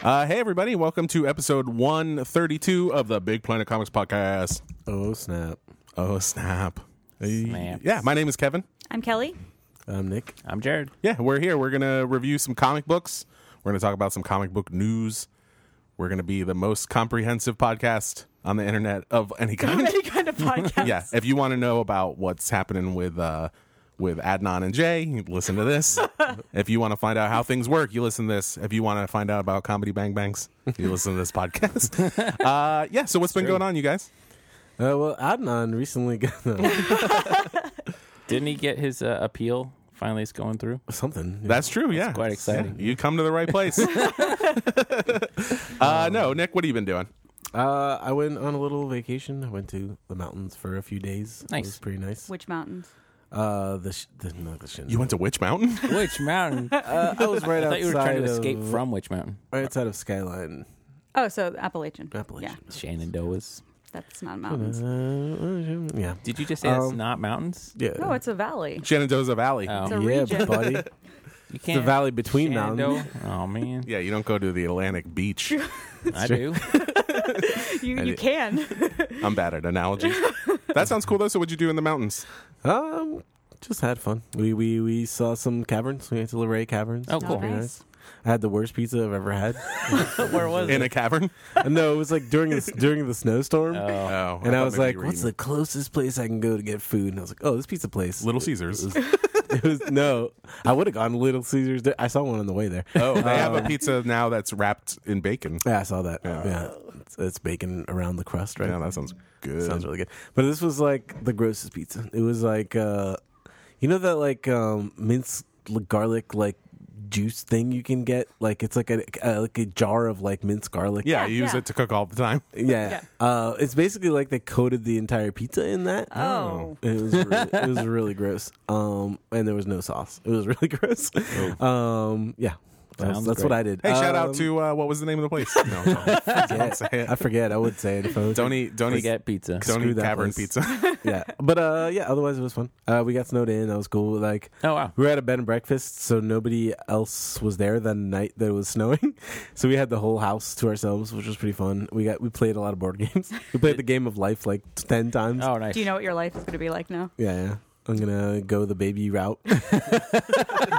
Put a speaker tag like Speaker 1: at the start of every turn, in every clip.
Speaker 1: Uh, hey, everybody. Welcome to episode 132 of the Big Planet Comics Podcast.
Speaker 2: Oh snap!
Speaker 1: Oh, snap.
Speaker 2: Hey,
Speaker 1: Yeah, my name is Kevin.
Speaker 3: I'm Kelly.
Speaker 2: I'm Nick.
Speaker 4: I'm Jared.
Speaker 1: Yeah, we're here. We're going to review some comic books. We're going to talk about some comic book news. We're going to be the most comprehensive podcast on the internet of any kind.
Speaker 3: Any kind of podcast.
Speaker 1: yeah, if you want to know about what's happening with uh, with Adnan and Jay, you listen to this. if you want to find out how things work, you listen to this. If you want to find out about comedy bang bangs, you listen to this podcast. Uh, yeah. So what's been going on, you guys?
Speaker 2: Uh, well, Adnan recently got uh,
Speaker 4: Didn't he get his uh, appeal? Finally, it's going through.
Speaker 2: something.
Speaker 1: That's true. Yeah,
Speaker 4: quite exciting.
Speaker 1: Yeah, you come to the right place. uh, no, Nick, what have you been doing?
Speaker 2: Uh, I went on a little vacation. I went to the mountains for a few days.
Speaker 4: Nice.
Speaker 2: it was pretty nice.
Speaker 3: Which mountains?
Speaker 2: Uh, the sh- the, no, the Shin-
Speaker 1: You went to Witch Mountain?
Speaker 4: Witch Mountain? I
Speaker 2: Uh, I was right
Speaker 4: thought
Speaker 2: outside
Speaker 4: you were trying to
Speaker 2: of,
Speaker 4: escape from Witch Mountain.
Speaker 2: right outside of Skyline
Speaker 3: Oh, so Appalachian.
Speaker 2: Appalachian.
Speaker 4: Shenandoahs.
Speaker 3: That's not
Speaker 2: Uh,
Speaker 3: mountains.
Speaker 2: yeah,
Speaker 4: Did you just say that's
Speaker 2: Um,
Speaker 4: not mountains?
Speaker 2: yeah.
Speaker 3: No, Oh, it's a valley.
Speaker 1: Shenandoah Valley.
Speaker 4: Oh,
Speaker 3: It's a
Speaker 2: yeah,
Speaker 3: region.
Speaker 2: buddy.
Speaker 4: you can't.
Speaker 2: the valley between mountains.
Speaker 4: Shenandoah? Oh man,
Speaker 1: Yeah, you don't go to the Atlantic Beach.
Speaker 4: I do.
Speaker 3: You, you
Speaker 1: did-
Speaker 3: can.
Speaker 1: I'm bad at analogies. That sounds cool though. So what'd you do in the mountains?
Speaker 2: Um, just had fun. We we we saw some caverns. We went to Luray Caverns.
Speaker 4: Oh, cool.
Speaker 2: Very
Speaker 3: Nice.
Speaker 2: I had the worst pizza I've ever had.
Speaker 4: Where was
Speaker 1: In
Speaker 4: it?
Speaker 1: a cavern?
Speaker 2: no, it was like during the, during the snowstorm.
Speaker 4: Oh,
Speaker 1: Oh,
Speaker 2: and I,
Speaker 1: thought
Speaker 2: was
Speaker 1: maybe
Speaker 2: like,
Speaker 1: you were
Speaker 2: "What's
Speaker 1: eating
Speaker 2: the closest place I can go to get food?" And I was like, "Oh, this pizza place."
Speaker 1: Little Caesars?
Speaker 2: it was no. I would have gone to Little Caesars. There- I saw one on the way there.
Speaker 1: Oh, they have
Speaker 2: Um,
Speaker 1: a pizza now that's wrapped in bacon.
Speaker 2: Yeah, I saw that. yeah, it's, it's bacon around the crust, right?
Speaker 1: Yeah, that sounds good.
Speaker 2: sounds really good. But this was like the grossest pizza. It was like, uh, you know that like um, minced l- garlic like juice thing you can get. Like it's like a, a like a jar of like minced garlic.
Speaker 1: yeah, I
Speaker 3: Yeah,
Speaker 1: use
Speaker 3: yeah.
Speaker 1: it to cook all the time.
Speaker 2: Yeah. Uh, it's basically like they coated the entire pizza in that.
Speaker 3: Oh.
Speaker 2: It was really, it was really gross. Um, and there was no sauce. It was really gross. Um, yeah. That's,
Speaker 4: Oh. Sounds
Speaker 2: that's what
Speaker 4: great.
Speaker 2: I did.
Speaker 1: Hey, shout
Speaker 2: Um,
Speaker 1: out to uh, what was the name of the place? No, don't, don't say
Speaker 2: I
Speaker 1: it.
Speaker 2: forget. I would say it if I was
Speaker 1: Don't eat, don't eat,
Speaker 4: Oh, forget pizza.
Speaker 1: don't
Speaker 2: Screw
Speaker 1: eat
Speaker 2: that
Speaker 1: cavern
Speaker 2: place.
Speaker 1: pizza.
Speaker 2: Yeah, but uh, yeah. Otherwise, it was fun. Uh, we got snowed in. That was cool. Like
Speaker 4: Oh wow.
Speaker 2: we were at a bed and breakfast, so nobody else was there the night that it was snowing. So we had the whole house to ourselves, which was pretty fun. We got we played a lot of board games. We played the game of life like ten times.
Speaker 4: Oh nice.
Speaker 3: Do you know what your life is going to be like now?
Speaker 2: Yeah, yeah. I'm gonna go the baby route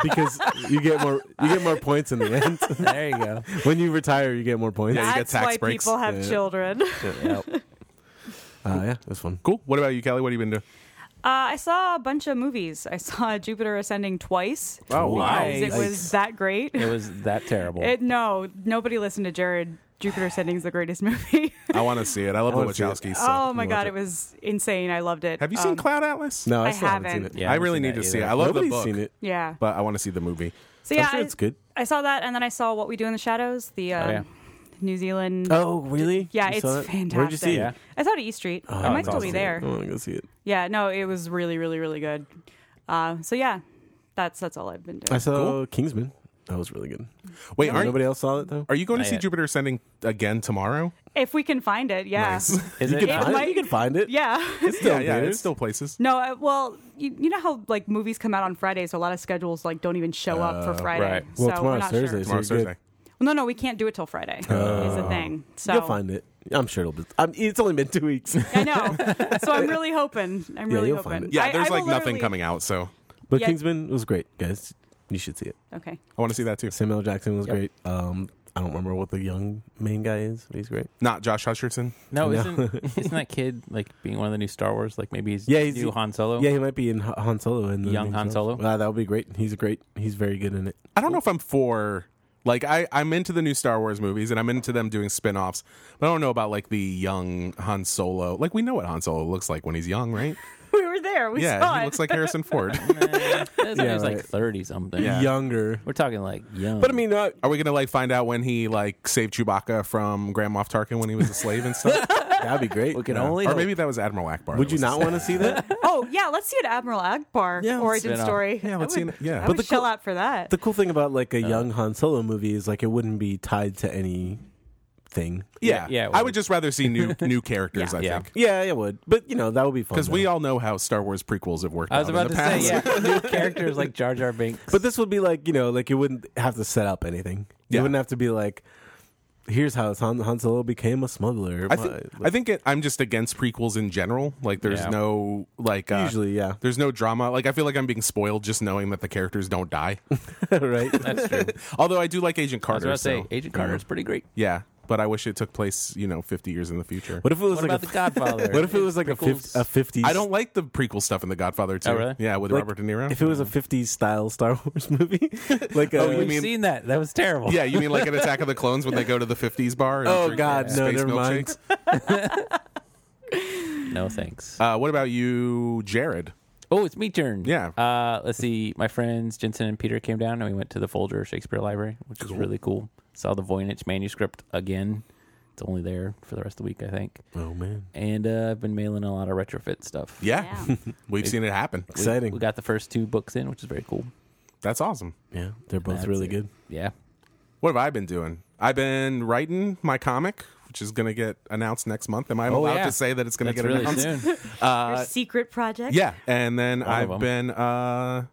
Speaker 2: because you get more you get more points in the end.
Speaker 4: There you go.
Speaker 2: when you retire, you get more points.
Speaker 1: Yeah, you
Speaker 2: Yeah,
Speaker 1: get
Speaker 3: That's
Speaker 1: tax
Speaker 3: why
Speaker 1: breaks.
Speaker 3: people have
Speaker 2: Yeah.
Speaker 3: children.
Speaker 4: Yep.
Speaker 2: uh, yeah it was fun.
Speaker 1: cool. What about you, Kelly? What have you been doing?
Speaker 3: Uh, I saw a bunch of movies. I saw Jupiter Ascending twice.
Speaker 1: Oh,
Speaker 4: wow.
Speaker 3: because It was
Speaker 2: Nice.
Speaker 3: that great.
Speaker 4: It was that terrible.
Speaker 3: It, no, nobody listened to Jared. Jupiter Ascending is the greatest movie.
Speaker 1: I want to see it. I love
Speaker 2: I
Speaker 1: the
Speaker 2: wanna see it.
Speaker 1: Wachowskis. So.
Speaker 3: oh my
Speaker 2: watch
Speaker 3: god,
Speaker 2: it.
Speaker 3: it was insane. I loved it.
Speaker 1: have you seen
Speaker 3: Um,
Speaker 1: Cloud Atlas?
Speaker 2: No, I,
Speaker 3: I
Speaker 2: still haven't.
Speaker 3: haven't.
Speaker 2: seen it.
Speaker 4: Yeah,
Speaker 1: I
Speaker 4: haven't
Speaker 1: really
Speaker 4: seen
Speaker 1: need
Speaker 4: that
Speaker 1: to see it.
Speaker 4: either.
Speaker 1: I love
Speaker 2: Nobody's
Speaker 1: the book,
Speaker 2: seen it.
Speaker 3: Yeah.
Speaker 1: but I want to see the movie.
Speaker 3: So yeah,
Speaker 2: I'm sure
Speaker 3: I-
Speaker 2: it's good.
Speaker 3: I saw that, and then I saw What We Do in the Shadows, the uh,
Speaker 4: Oh, yeah.
Speaker 3: New Zealand.
Speaker 2: Oh really?
Speaker 3: yeah,
Speaker 2: You
Speaker 3: it's
Speaker 2: saw it?
Speaker 3: fantastic.
Speaker 2: Where'd you see it?
Speaker 4: Yeah.
Speaker 3: I saw it at E Street. I
Speaker 2: Oh,
Speaker 3: might
Speaker 2: it's
Speaker 3: still be
Speaker 2: awesome.
Speaker 3: there.
Speaker 2: I want to go see it.
Speaker 3: Yeah, no, it was really, really, really good. Uh, so yeah, that's that's all I've been
Speaker 2: I
Speaker 3: doing.
Speaker 2: saw Kingsman. That was really good.
Speaker 1: Wait, aren't
Speaker 2: Nobody else saw it though.
Speaker 1: are you going to
Speaker 4: Not
Speaker 1: see
Speaker 4: yet.
Speaker 1: Jupiter Ascending again tomorrow?
Speaker 3: If we can find it, yeah,
Speaker 1: Nice.
Speaker 4: Is it?
Speaker 3: It
Speaker 2: you, can find
Speaker 3: might-
Speaker 2: it. you can find it.
Speaker 3: yeah.
Speaker 2: It's still
Speaker 1: yeah, yeah,
Speaker 2: there.
Speaker 1: it's still places.
Speaker 3: No, uh, well, you, you know how like movies come out on Friday, so a lot of schedules like don't even show up for Friday.
Speaker 4: right.
Speaker 3: So
Speaker 2: Oh, Well,
Speaker 3: we're
Speaker 2: tomorrow's
Speaker 3: not
Speaker 2: Thursday.
Speaker 3: Sure.
Speaker 2: So you're
Speaker 1: Tomorrow's
Speaker 2: good.
Speaker 1: Thursday.
Speaker 3: No, no, we can't do it till Friday. is the thing. So
Speaker 2: You'll find it. I'm sure it'll be. I'm, it's only been two weeks,
Speaker 3: I know. So I'm really hoping. I'm
Speaker 2: Yeah,
Speaker 3: really
Speaker 2: you'll
Speaker 3: hoping.
Speaker 2: find it.
Speaker 1: Yeah,
Speaker 3: I-
Speaker 1: there's
Speaker 3: I will
Speaker 1: like nothing
Speaker 3: literally-
Speaker 1: coming out, so
Speaker 2: but
Speaker 3: Yeah.
Speaker 2: Kingsman was great, guys. You should see it.
Speaker 3: Okay.
Speaker 1: I want to see that too.
Speaker 2: Samuel L. Jackson was
Speaker 4: Yep.
Speaker 2: great. Um, I don't remember what the young main guy is, but he's great.
Speaker 1: Not Josh Hutcherson.
Speaker 4: No,
Speaker 2: No.
Speaker 4: isn't isn't that kid like being one of the new Star Wars? Like maybe he's
Speaker 2: Yeah, he's-
Speaker 4: new Han Solo.
Speaker 2: Yeah, he might be in Ha- Han Solo and
Speaker 4: Oh. Young Han Solo?
Speaker 2: Wow, that would be great. He's great. He's very good in it.
Speaker 1: I don't know if I'm for like I I'm into the new Star Wars movies and I'm into them doing spin-offs. But I don't know about like the young Han Solo. Like we know what Han Solo looks like when he's young, right?
Speaker 3: We were there. We saw
Speaker 1: yeah,
Speaker 3: it.
Speaker 1: he looks like Harrison Ford.
Speaker 4: Doesn't
Speaker 2: Yeah,
Speaker 4: he's like
Speaker 2: right.
Speaker 4: thirty something.
Speaker 1: Yeah.
Speaker 2: Younger,
Speaker 4: We're talking like young.
Speaker 2: but I mean, uh,
Speaker 1: Are we gonna like find out when he like saved Chewbacca from Grand Moff Tarkin when he was a slave and stuff?
Speaker 2: that'd be great.
Speaker 4: we can
Speaker 2: Yeah.
Speaker 4: only.
Speaker 1: or
Speaker 4: hope.
Speaker 1: maybe that was Admiral Akbar.
Speaker 2: Would
Speaker 1: that
Speaker 2: you
Speaker 1: was
Speaker 2: not
Speaker 1: his-
Speaker 2: want to see that?
Speaker 3: Oh yeah, let's see an Admiral Akbar
Speaker 2: Yeah, let's
Speaker 3: origin
Speaker 4: spin off.
Speaker 3: story.
Speaker 1: Yeah,
Speaker 3: I
Speaker 1: let's
Speaker 3: would,
Speaker 1: see it. Yeah.
Speaker 3: I
Speaker 1: But
Speaker 3: would
Speaker 2: the
Speaker 3: shell
Speaker 2: cool-
Speaker 3: out for that.
Speaker 2: The cool thing about like a young Han Solo movie is like it wouldn't be tied to any thing.
Speaker 1: Yeah.
Speaker 4: Yeah, it
Speaker 1: I
Speaker 4: would.
Speaker 1: would just rather see new new characters, I
Speaker 4: Yeah.
Speaker 1: think.
Speaker 2: Yeah, it would. But you know, that would be fun.
Speaker 1: Because we
Speaker 2: though.
Speaker 1: all know how Star Wars prequels have worked
Speaker 4: I was
Speaker 1: out
Speaker 4: about
Speaker 1: in
Speaker 4: to
Speaker 1: the past.
Speaker 4: say yeah. new characters like Jar Jar Binks.
Speaker 2: But this would be like, you know, like you wouldn't have to set up anything.
Speaker 1: Yeah.
Speaker 2: You wouldn't have to be like here's how Han, Han Solo became a smuggler.
Speaker 1: I think I think it, I'm just against prequels in general. Like there's
Speaker 4: Yeah.
Speaker 1: no like uh,
Speaker 2: Usually, yeah.
Speaker 1: there's no drama. Like I feel like I'm being spoiled just knowing that the characters don't die.
Speaker 2: right?
Speaker 4: That's true.
Speaker 1: Although I do like Agent
Speaker 4: I was
Speaker 1: Carter.
Speaker 4: about to say,
Speaker 1: so-
Speaker 4: Agent Carter is pretty great.
Speaker 1: Yeah, but I wish it took place you know 50 years in the future.
Speaker 2: What if it was
Speaker 4: What
Speaker 2: like
Speaker 4: about
Speaker 2: a,
Speaker 4: The Godfather?
Speaker 2: What if it was like a
Speaker 4: Prequels?
Speaker 2: fif- a fifties?
Speaker 1: I don't like the prequel stuff in The Godfather too.
Speaker 4: Oh, really?
Speaker 1: Yeah, with
Speaker 2: Like,
Speaker 1: Robert De Niro.
Speaker 2: If it was a fifties style Star Wars movie, like uh,
Speaker 1: you
Speaker 4: We've
Speaker 1: mean-
Speaker 4: seen that. That was terrible.
Speaker 1: yeah, you mean like an Attack of the Clones when they go to the 50s bar? And
Speaker 2: Oh,
Speaker 1: drink
Speaker 2: God, no,
Speaker 1: space
Speaker 2: never mind.
Speaker 1: milkshakes?
Speaker 4: No thanks.
Speaker 1: Uh, what about you, Jared?
Speaker 4: oh, it's me turn.
Speaker 1: Yeah.
Speaker 4: Uh, let's see. My friends Jensen and Peter came down and we went to the Folger Shakespeare Library, which is really cool. Saw the Voynich manuscript again. It's only there for the rest of the week, I think.
Speaker 2: oh man,
Speaker 4: And uh, I've been mailing a lot of retrofit stuff.
Speaker 1: Yeah,
Speaker 3: Yeah.
Speaker 1: we've seen it happen.
Speaker 2: exciting!
Speaker 4: We got the first two books in, which is very cool.
Speaker 1: That's awesome.
Speaker 2: yeah, they're both
Speaker 4: That's
Speaker 2: really
Speaker 4: it.
Speaker 2: good.
Speaker 4: Yeah.
Speaker 1: What have I been doing? I've been writing my comic, which is going to get announced next month. Am I allowed
Speaker 4: yeah.
Speaker 1: to say that it's going to get
Speaker 4: That's really
Speaker 1: announced?
Speaker 4: soon.
Speaker 3: Your secret project.
Speaker 1: Yeah, and then
Speaker 4: of
Speaker 1: I've
Speaker 4: 'em.
Speaker 1: been uh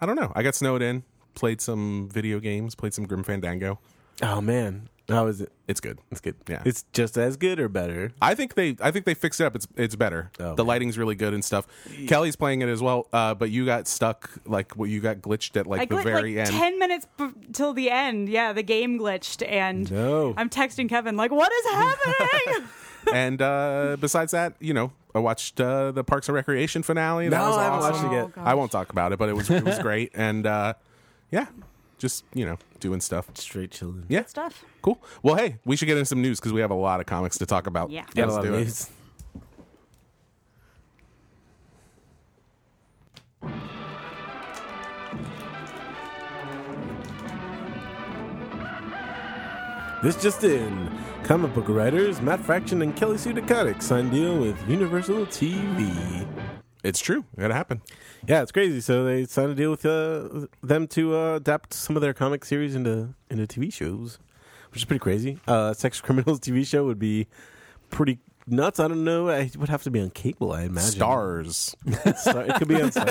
Speaker 1: I don't know. I got snowed in, played some video games, played some Grim Fandango.
Speaker 2: Oh man, how is it?
Speaker 1: It's good.
Speaker 2: It's good.
Speaker 1: Yeah.
Speaker 2: it's just as good or better.
Speaker 1: I think they I think they fixed it up. It's it's better.
Speaker 2: Oh,
Speaker 1: the
Speaker 2: okay.
Speaker 1: lighting's really good and stuff. Kelly's playing it as well, uh, but you got stuck like well, you got glitched at like
Speaker 3: I
Speaker 1: the
Speaker 3: glitched
Speaker 1: very
Speaker 3: like
Speaker 1: end.
Speaker 3: ten minutes b- till the end. Yeah, the game glitched, and
Speaker 2: No.
Speaker 3: I'm texting Kevin like, "What is happening?"
Speaker 1: and uh besides that, you know, I watched uh the Parks and Recreation finale. That
Speaker 2: No,
Speaker 1: was
Speaker 2: I haven't
Speaker 1: awesome.
Speaker 2: watched it yet.
Speaker 3: Oh,
Speaker 1: I won't talk about it, but it was it was great and uh yeah, just, you know, doing stuff.
Speaker 2: Straight chilling.
Speaker 1: Yeah.
Speaker 3: Stuff.
Speaker 1: Cool. Well, hey, we should get into some news because we have a lot of comics to talk about.
Speaker 3: Yeah.
Speaker 2: Got a
Speaker 1: Let's
Speaker 2: lot of
Speaker 1: do it.
Speaker 2: news. This just in. Comic book writers Matt Fraction and Kelly Sue DeConnick signed deal with Universal TV.
Speaker 1: It's true. It happened.
Speaker 2: Yeah, it's crazy. So they signed a deal with uh, them to uh, adapt some of their comic series into into TV shows, which is pretty crazy. Uh, Sex Criminals TV show would be pretty nuts. I don't know. It would have to be on cable, I imagine.
Speaker 1: Stars.
Speaker 2: Star- it could be on Star.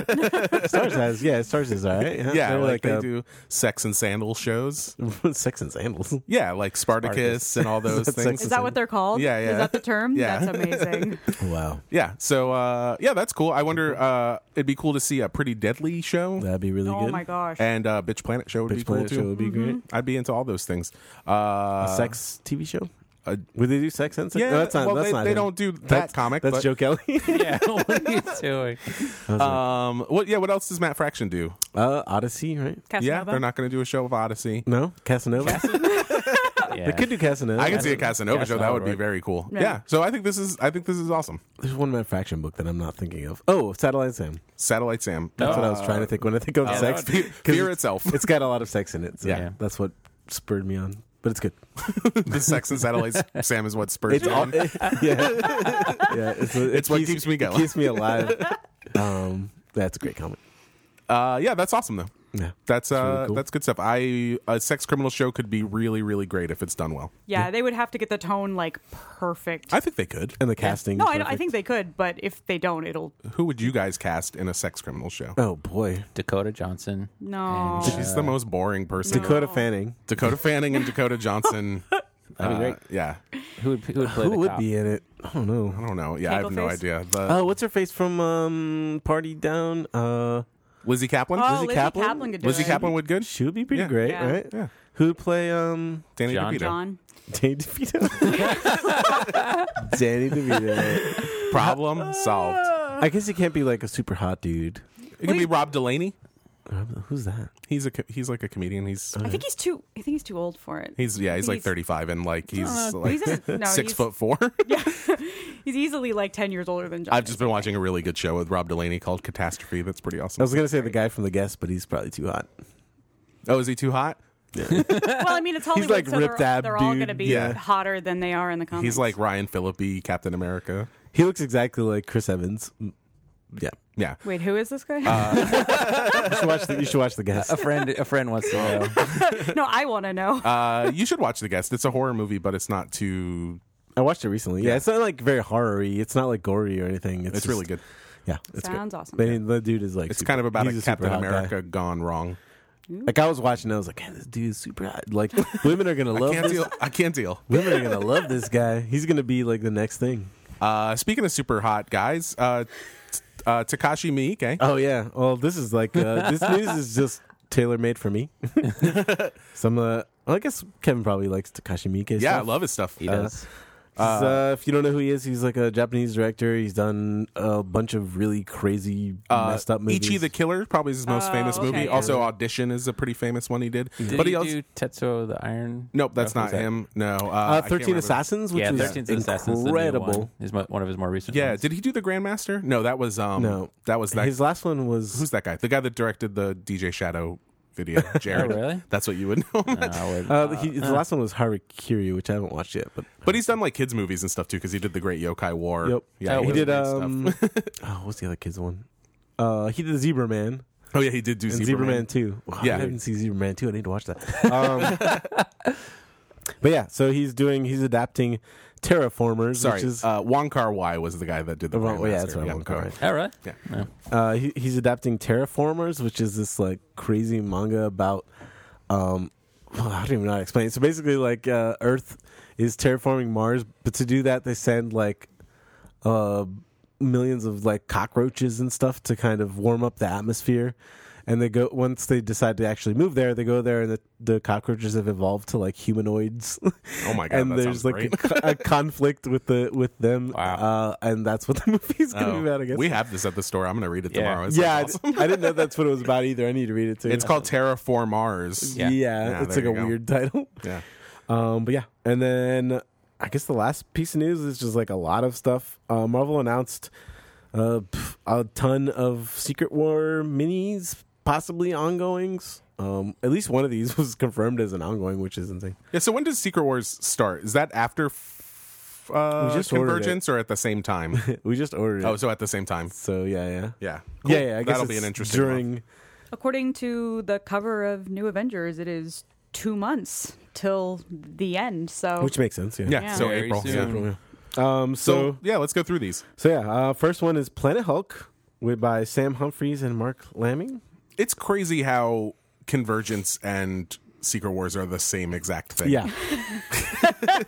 Speaker 2: Stars has yeah. Stars is all right.
Speaker 1: Yeah,
Speaker 2: They're
Speaker 1: like, they
Speaker 2: uh,
Speaker 1: do sex and sandal shows.
Speaker 2: Sex and Sandals.
Speaker 1: Yeah, like Spartacus, and all those
Speaker 2: That's
Speaker 1: things.
Speaker 3: Is that what they're called?
Speaker 1: Yeah, yeah.
Speaker 3: Is that the term?
Speaker 1: Yeah.
Speaker 3: That's amazing.
Speaker 2: Wow,
Speaker 1: Yeah. So uh, yeah, that's cool. I wonder. Uh, it'd be cool to see a pretty deadly show
Speaker 2: that'd be really
Speaker 3: oh
Speaker 2: good.
Speaker 3: my Mm-hmm. gosh.
Speaker 1: and uh, Bitch Planet show would
Speaker 2: Pitch
Speaker 1: be cool
Speaker 2: Planet
Speaker 1: too.
Speaker 2: show would be great.
Speaker 1: I'd be into all those things. Uh,
Speaker 2: sex TV show.
Speaker 1: uh,
Speaker 2: Would they do sex and sex?
Speaker 1: Yeah.
Speaker 2: No, that's not.
Speaker 1: well,
Speaker 2: that's
Speaker 1: they,
Speaker 2: not
Speaker 1: they
Speaker 2: him.
Speaker 1: don't do that
Speaker 2: That's-
Speaker 1: comic.
Speaker 2: That's
Speaker 1: but,
Speaker 2: Joe Kelly.
Speaker 4: yeah. What are you doing?
Speaker 1: Um. What? Yeah. What else does Matt Fraction do?
Speaker 2: uh, Odyssey, right?
Speaker 1: Yeah.
Speaker 3: Casanova?
Speaker 1: They're not going to do a show of Odyssey.
Speaker 2: No, Casanova.
Speaker 4: Yeah.
Speaker 2: They could do Casanova.
Speaker 1: I can see a Casanova,
Speaker 4: Casanova
Speaker 1: show. That would be
Speaker 4: work.
Speaker 1: very cool. Yeah.
Speaker 3: Yeah.
Speaker 1: So I think this is I think this is awesome.
Speaker 2: There's one Matt Fraction book that I'm not thinking of. Oh, Satellite Sam.
Speaker 1: Satellite Sam.
Speaker 2: That's what I was trying to think when I think of
Speaker 1: Uh,
Speaker 2: sex.
Speaker 1: Fear,
Speaker 2: 'Cause
Speaker 1: Oh. Fear
Speaker 2: it's,
Speaker 1: itself.
Speaker 2: it's got a lot of sex in it. So
Speaker 1: Yeah.
Speaker 2: yeah. That's what spurred me on. But it's good.
Speaker 1: the sex and satellites. Sam is what spurs
Speaker 2: It's
Speaker 1: me
Speaker 2: all,
Speaker 1: on.
Speaker 2: yeah. yeah. It's, it
Speaker 1: It's what keeps me going.
Speaker 2: Keeps me alive. um, that's a great comment.
Speaker 1: Uh, yeah, that's awesome though.
Speaker 2: Yeah.
Speaker 1: That's uh,
Speaker 2: really cool.
Speaker 1: that's good stuff. I a sex criminal show could be really, really great if it's done well.
Speaker 3: yeah, they would have to get the tone like perfect.
Speaker 1: I think they could.
Speaker 2: And the casting.
Speaker 3: no,
Speaker 2: is
Speaker 3: I, I
Speaker 2: perfect.
Speaker 3: think they could, but if they don't, it'll
Speaker 1: Who would you guys cast in a sex criminal show?
Speaker 2: Oh boy,
Speaker 4: Dakota Johnson.
Speaker 3: No.
Speaker 4: And, uh,
Speaker 1: She's the most boring person.
Speaker 2: Dakota Fanning.
Speaker 1: Dakota Fanning and Dakota Johnson.
Speaker 4: That'd be
Speaker 1: Uh, yeah,
Speaker 4: Who would, who would play
Speaker 2: Who
Speaker 4: the
Speaker 2: would
Speaker 4: cop?
Speaker 2: be in it? I don't know.
Speaker 1: I don't know. Yeah, I have no
Speaker 3: Cagleface?
Speaker 1: idea. The,
Speaker 2: Oh, what's her face from um, Party Down? Uh,
Speaker 1: Lizzie Kaplan.
Speaker 3: Oh,
Speaker 1: Lizzie,
Speaker 3: Lizzie
Speaker 2: Kaplan?
Speaker 3: Kaplan, could do
Speaker 1: Lizzie
Speaker 3: it.
Speaker 1: Kaplan would good.
Speaker 2: she would be pretty
Speaker 1: Yeah.
Speaker 2: great,
Speaker 3: Yeah.
Speaker 2: right?
Speaker 1: Yeah.
Speaker 2: Who would play um,
Speaker 1: Danny
Speaker 4: John
Speaker 1: DeVito.
Speaker 3: John.
Speaker 2: Danny DeVito. Danny DeVito.
Speaker 1: Problem solved.
Speaker 2: I guess he can't be like a super hot dude.
Speaker 1: It could be Rob Delaney.
Speaker 2: Who's that?
Speaker 1: He's a co- he's like a comedian. He's
Speaker 3: I think he's too. I think he's too old for it.
Speaker 1: he's yeah he's like
Speaker 3: Oh. He's- Oh,
Speaker 1: thirty five and like he's like
Speaker 3: He's a- no,
Speaker 1: six
Speaker 3: he's-
Speaker 1: foot four.
Speaker 3: He's easily like ten years older than John.
Speaker 1: I've just been watching a really good show with Rob Delaney called Catastrophe. That's pretty
Speaker 2: I
Speaker 1: awesome.
Speaker 2: was gonna say the guy from The Guest, but he's probably too hot.
Speaker 1: Oh, is he too hot?
Speaker 3: well, I mean, it's Hollywood,
Speaker 2: like
Speaker 3: so
Speaker 2: ripped
Speaker 3: they're,
Speaker 2: ab
Speaker 3: they're all
Speaker 2: dude.
Speaker 3: going to be
Speaker 1: Yeah.
Speaker 3: hotter than they are in the comics.
Speaker 1: He's like Ryan Phillippe, Captain America.
Speaker 2: He looks exactly like Chris Evans. Mm, Yeah,
Speaker 1: Yeah.
Speaker 3: wait, who is this guy?
Speaker 2: uh, you should watch the, you should watch the Guest.
Speaker 4: A friend, a friend wants to know.
Speaker 3: no, I want to know.
Speaker 1: Uh, you should watch The Guest. It's a horror movie, but it's not too.
Speaker 2: I watched it recently. Yeah, it's not like very horror-y. It's not like gory or anything. It's,
Speaker 1: It's
Speaker 2: just-
Speaker 1: really good.
Speaker 2: Yeah, it's
Speaker 3: Sounds awesome.
Speaker 2: good. I mean, the dude is like
Speaker 1: It's
Speaker 2: super-
Speaker 1: kind of about
Speaker 2: he's
Speaker 1: a
Speaker 2: super
Speaker 1: Captain
Speaker 2: hot guy.
Speaker 1: America gone wrong.
Speaker 2: Like I was watching, I was like, hey, this dude is super hot. Like women are gonna love
Speaker 1: Can't
Speaker 2: this.
Speaker 1: deal. I can't deal.
Speaker 2: Women are gonna love this guy. He's gonna be like the next thing.
Speaker 1: Uh, speaking of super hot guys, uh, t- uh, Takashi Miike.
Speaker 2: Oh yeah. Well, this is like uh, this news is just tailor made for me. Some, uh, well, I guess Kevin probably likes Takashi Miike.
Speaker 1: yeah, I
Speaker 2: stuff.
Speaker 1: love his stuff.
Speaker 4: He does.
Speaker 2: He's, uh, if you don't know who he is, he's like a Japanese director. He's done a bunch of really crazy
Speaker 1: Uh,
Speaker 2: messed up movies.
Speaker 1: Ichi the Killer, probably his most
Speaker 3: Oh,
Speaker 1: famous
Speaker 3: okay,
Speaker 1: movie.
Speaker 3: yeah.
Speaker 1: Also, Audition is a pretty famous one he did.
Speaker 4: Did
Speaker 1: but
Speaker 4: he
Speaker 1: he also
Speaker 4: do Tetsuo the Iron?
Speaker 1: nope, that's
Speaker 4: Oh,
Speaker 1: not
Speaker 4: who's that?
Speaker 1: him. No, uh, I
Speaker 2: uh,
Speaker 1: can't
Speaker 2: Thirteen
Speaker 1: remember.
Speaker 2: Assassins, which
Speaker 4: Yeah,
Speaker 2: was
Speaker 4: 13th Assassins. the new
Speaker 2: incredible.
Speaker 4: one. Is mo- one of his more recent.
Speaker 1: Yeah,
Speaker 4: ones.
Speaker 1: did he do the Grandmaster? No, that was um.
Speaker 2: No.
Speaker 1: that was that.
Speaker 2: His last one was
Speaker 1: who's that guy? The guy that directed the DJ Shadow video,
Speaker 2: Oh,
Speaker 1: Jared.
Speaker 4: Oh, really?
Speaker 1: That's what you would know. him
Speaker 4: No, I would-
Speaker 2: uh, he, his last one was Harikiri, which I haven't watched yet, but
Speaker 1: But he's done like kids movies and stuff too, because he did the Great Yokai War.
Speaker 2: Yep.
Speaker 1: Yeah,
Speaker 4: Oh,
Speaker 2: he
Speaker 4: Wizard
Speaker 2: did.
Speaker 1: did stuff.
Speaker 2: Um, oh, what's the other kid's one? Uh, he did Zebra Man
Speaker 1: Oh yeah, he did do
Speaker 2: and
Speaker 1: Superman.
Speaker 2: Zebra Man Two. Wow,
Speaker 1: Yeah.
Speaker 2: I haven't seen Zebra Man Two. I need to watch that. Um, but yeah, so he's doing. He's adapting Terraformers,
Speaker 1: Sorry,
Speaker 2: which is
Speaker 1: uh, Wong Kar Wai was the guy that did the.
Speaker 2: Wrong-
Speaker 1: Grandmaster.
Speaker 2: yeah, that's what I want to
Speaker 1: okay.
Speaker 2: call it.
Speaker 4: oh, really?
Speaker 1: Yeah.
Speaker 4: No.
Speaker 2: Uh, he, he's adapting Terraformers, which is this like crazy manga about. Um, well, I don't even know how to explain. it. So basically, like uh, Earth is terraforming Mars, but to do that, they send like uh, millions of like cockroaches and stuff to kind of warm up the atmosphere. And they go once they decide to actually move there, they go there, and the, the cockroaches have evolved to like humanoids.
Speaker 1: Oh my god,
Speaker 2: and
Speaker 1: that
Speaker 2: there's
Speaker 1: sounds
Speaker 2: like a,
Speaker 1: great.
Speaker 2: co- a conflict with the with them,
Speaker 4: Wow.
Speaker 2: uh, and that's what the movie's gonna
Speaker 1: Oh,
Speaker 2: be about. I guess
Speaker 1: we have this at the store. I'm going to read it
Speaker 4: Yeah.
Speaker 1: tomorrow. It sounds
Speaker 2: yeah, I d-
Speaker 1: awesome.
Speaker 2: I didn't know that's what it was about either. I need to read it too.
Speaker 1: it's called Terraform Mars.
Speaker 4: Yeah.
Speaker 2: yeah.
Speaker 1: Yeah,
Speaker 2: it's
Speaker 1: there
Speaker 2: like a
Speaker 1: you go.
Speaker 2: weird title.
Speaker 1: Yeah.
Speaker 2: Um, but yeah, and then I guess the last piece of news is just like a lot of stuff. Uh, Marvel announced uh, pff, a ton of Secret War minis, possibly ongoings. Um, at least one of these was confirmed as an ongoing, which is insane.
Speaker 1: Yeah. So when does Secret Wars start? Is that after f- uh,
Speaker 2: We just ordered it.
Speaker 1: Convergence or at the same time?
Speaker 2: we just ordered it,
Speaker 1: oh, so at the same time.
Speaker 2: so yeah, yeah,
Speaker 1: Yeah.
Speaker 2: yeah, yeah. I guess
Speaker 1: that'll be
Speaker 2: it's
Speaker 1: an interesting
Speaker 2: during.
Speaker 1: month.
Speaker 3: According to the cover of New Avengers, it is two months till the end. So
Speaker 2: Which makes sense, yeah.
Speaker 1: Yeah.
Speaker 3: Yeah.
Speaker 1: So
Speaker 4: Very
Speaker 1: April.
Speaker 4: soon.
Speaker 1: Yeah.
Speaker 2: April, yeah. Um, so
Speaker 1: So yeah, let's go through these.
Speaker 2: So yeah, uh, first one is Planet Hulk, with by Sam Humphries and Mark Lamming.
Speaker 1: It's crazy how Convergence and Secret Wars are the same exact thing.
Speaker 2: Yeah,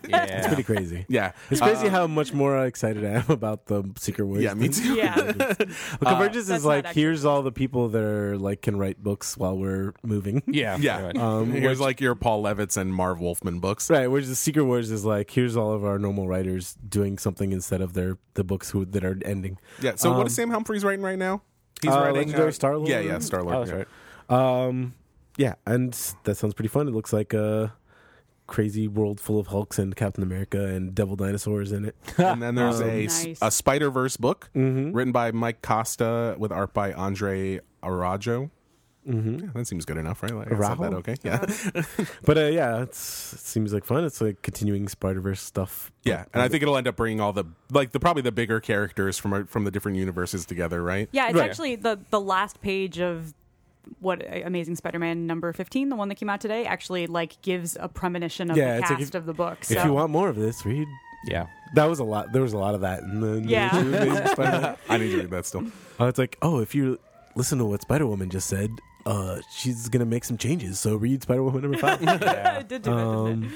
Speaker 4: Yeah.
Speaker 2: it's pretty crazy.
Speaker 1: Yeah. Uh,
Speaker 2: It's crazy how much more excited I am about the Secret Wars.
Speaker 1: Yeah. Me
Speaker 2: than-
Speaker 1: too.
Speaker 3: yeah,
Speaker 2: But Convergence
Speaker 3: Uh, That's
Speaker 2: is
Speaker 3: not
Speaker 2: like
Speaker 3: actually-
Speaker 2: here's all the people that are like can write books while we're moving.
Speaker 4: Yeah.
Speaker 1: Yeah.
Speaker 4: pretty much.
Speaker 1: Here's like your Paul Levitz and Marv Wolfman books.
Speaker 2: Um, Right, whereas the Secret Wars is like here's all of our normal writers doing something instead of their the books who that are ending.
Speaker 1: Yeah. So what is Sam Humphries writing right now? He's
Speaker 2: Um, uh,
Speaker 1: writing
Speaker 2: Legendary Star-Lord?
Speaker 1: Yeah. Yeah. Star Lord.
Speaker 4: Oh, that's right.
Speaker 2: Um, yeah, and that sounds pretty fun. It looks like a crazy world full of Hulks and Captain America and Devil Dinosaurs in it.
Speaker 1: and then there's a,
Speaker 3: Nice.
Speaker 1: a Spider Verse book written by Mike Costa with art by Andre Arajo. Yeah, that seems good enough, right? Like, I said
Speaker 2: Mm-hmm. Araujo?
Speaker 1: that okay? Yeah,
Speaker 2: But uh, yeah, it's, it seems like fun. It's like continuing Spider Verse stuff.
Speaker 1: yeah. And I think it'll end up bringing all the like the probably the bigger characters from from the different universes together, right?
Speaker 3: yeah. It's
Speaker 2: Right.
Speaker 3: actually the the last page of what Amazing Spider-Man number fifteen, the one that came out today, actually like gives a premonition of
Speaker 2: Yeah,
Speaker 3: the
Speaker 2: it's
Speaker 3: cast
Speaker 2: like if-
Speaker 3: of the book. So
Speaker 2: If you want more of this, read.
Speaker 4: Yeah.
Speaker 2: That was a lot. There was a lot of that in the
Speaker 3: Yeah.
Speaker 2: in the Amazing Spider-Man.
Speaker 1: I need to read that still.
Speaker 2: Uh, it's like, oh, if you listen to what Spider Woman just said, uh, she's gonna make some changes. So read Spider Woman number five.
Speaker 3: it did do that,
Speaker 2: Um,
Speaker 3: didn't it?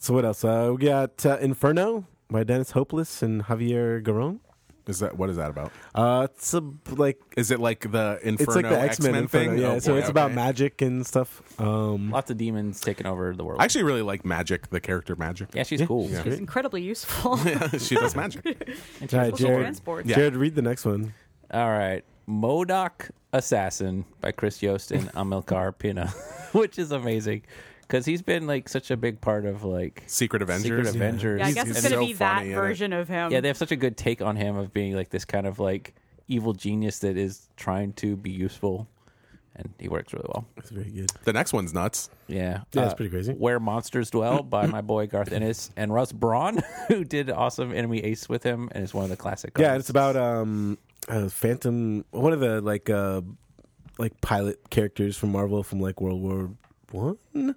Speaker 2: so what else? Uh, we got uh, Inferno by Dennis Hopeless and Javier Garron.
Speaker 1: Is that what is that about?
Speaker 2: Uh, it's a, like
Speaker 1: Is it like the Inferno
Speaker 2: it's like the X Men
Speaker 1: thing?
Speaker 2: thing. Yeah,
Speaker 1: Oh,
Speaker 2: so
Speaker 1: boy,
Speaker 2: it's about
Speaker 1: okay.
Speaker 2: magic and stuff. Um,
Speaker 4: Lots of demons taking over the world.
Speaker 1: I actually really like Magic, the character Magic.
Speaker 4: yeah, she's cool.
Speaker 2: Yeah.
Speaker 3: It's incredibly useful.
Speaker 1: she does magic.
Speaker 4: And she's
Speaker 2: all right,
Speaker 4: cool.
Speaker 3: Also
Speaker 2: Jared,
Speaker 3: transport.
Speaker 1: Yeah.
Speaker 2: Jared, read the next one.
Speaker 4: All right. Modoc Assassin by Chris Yost and Amilcar Pina, which is amazing because he's been like such a big part of like
Speaker 1: Secret Avengers.
Speaker 4: Secret Avengers.
Speaker 3: Yeah, I
Speaker 1: He's-
Speaker 3: guess
Speaker 1: he's
Speaker 3: it's going
Speaker 1: so
Speaker 3: to be that
Speaker 1: funny in it.
Speaker 3: version of him.
Speaker 4: Yeah, they have such a good take on him of being like this kind of like evil genius that is trying to be useful, and he works really well.
Speaker 2: That's very good.
Speaker 1: The next one's nuts.
Speaker 4: Yeah, uh,
Speaker 2: Yeah, it's pretty crazy.
Speaker 4: Where Monsters Dwell by my boy Garth Ennis and Russ Braun, who did awesome Enemy Ace with him, and it's one of the classic.
Speaker 2: Yeah,
Speaker 4: artists.
Speaker 2: it's about um, uh, Phantom, one of the like uh, like pilot characters from Marvel from like World War One, and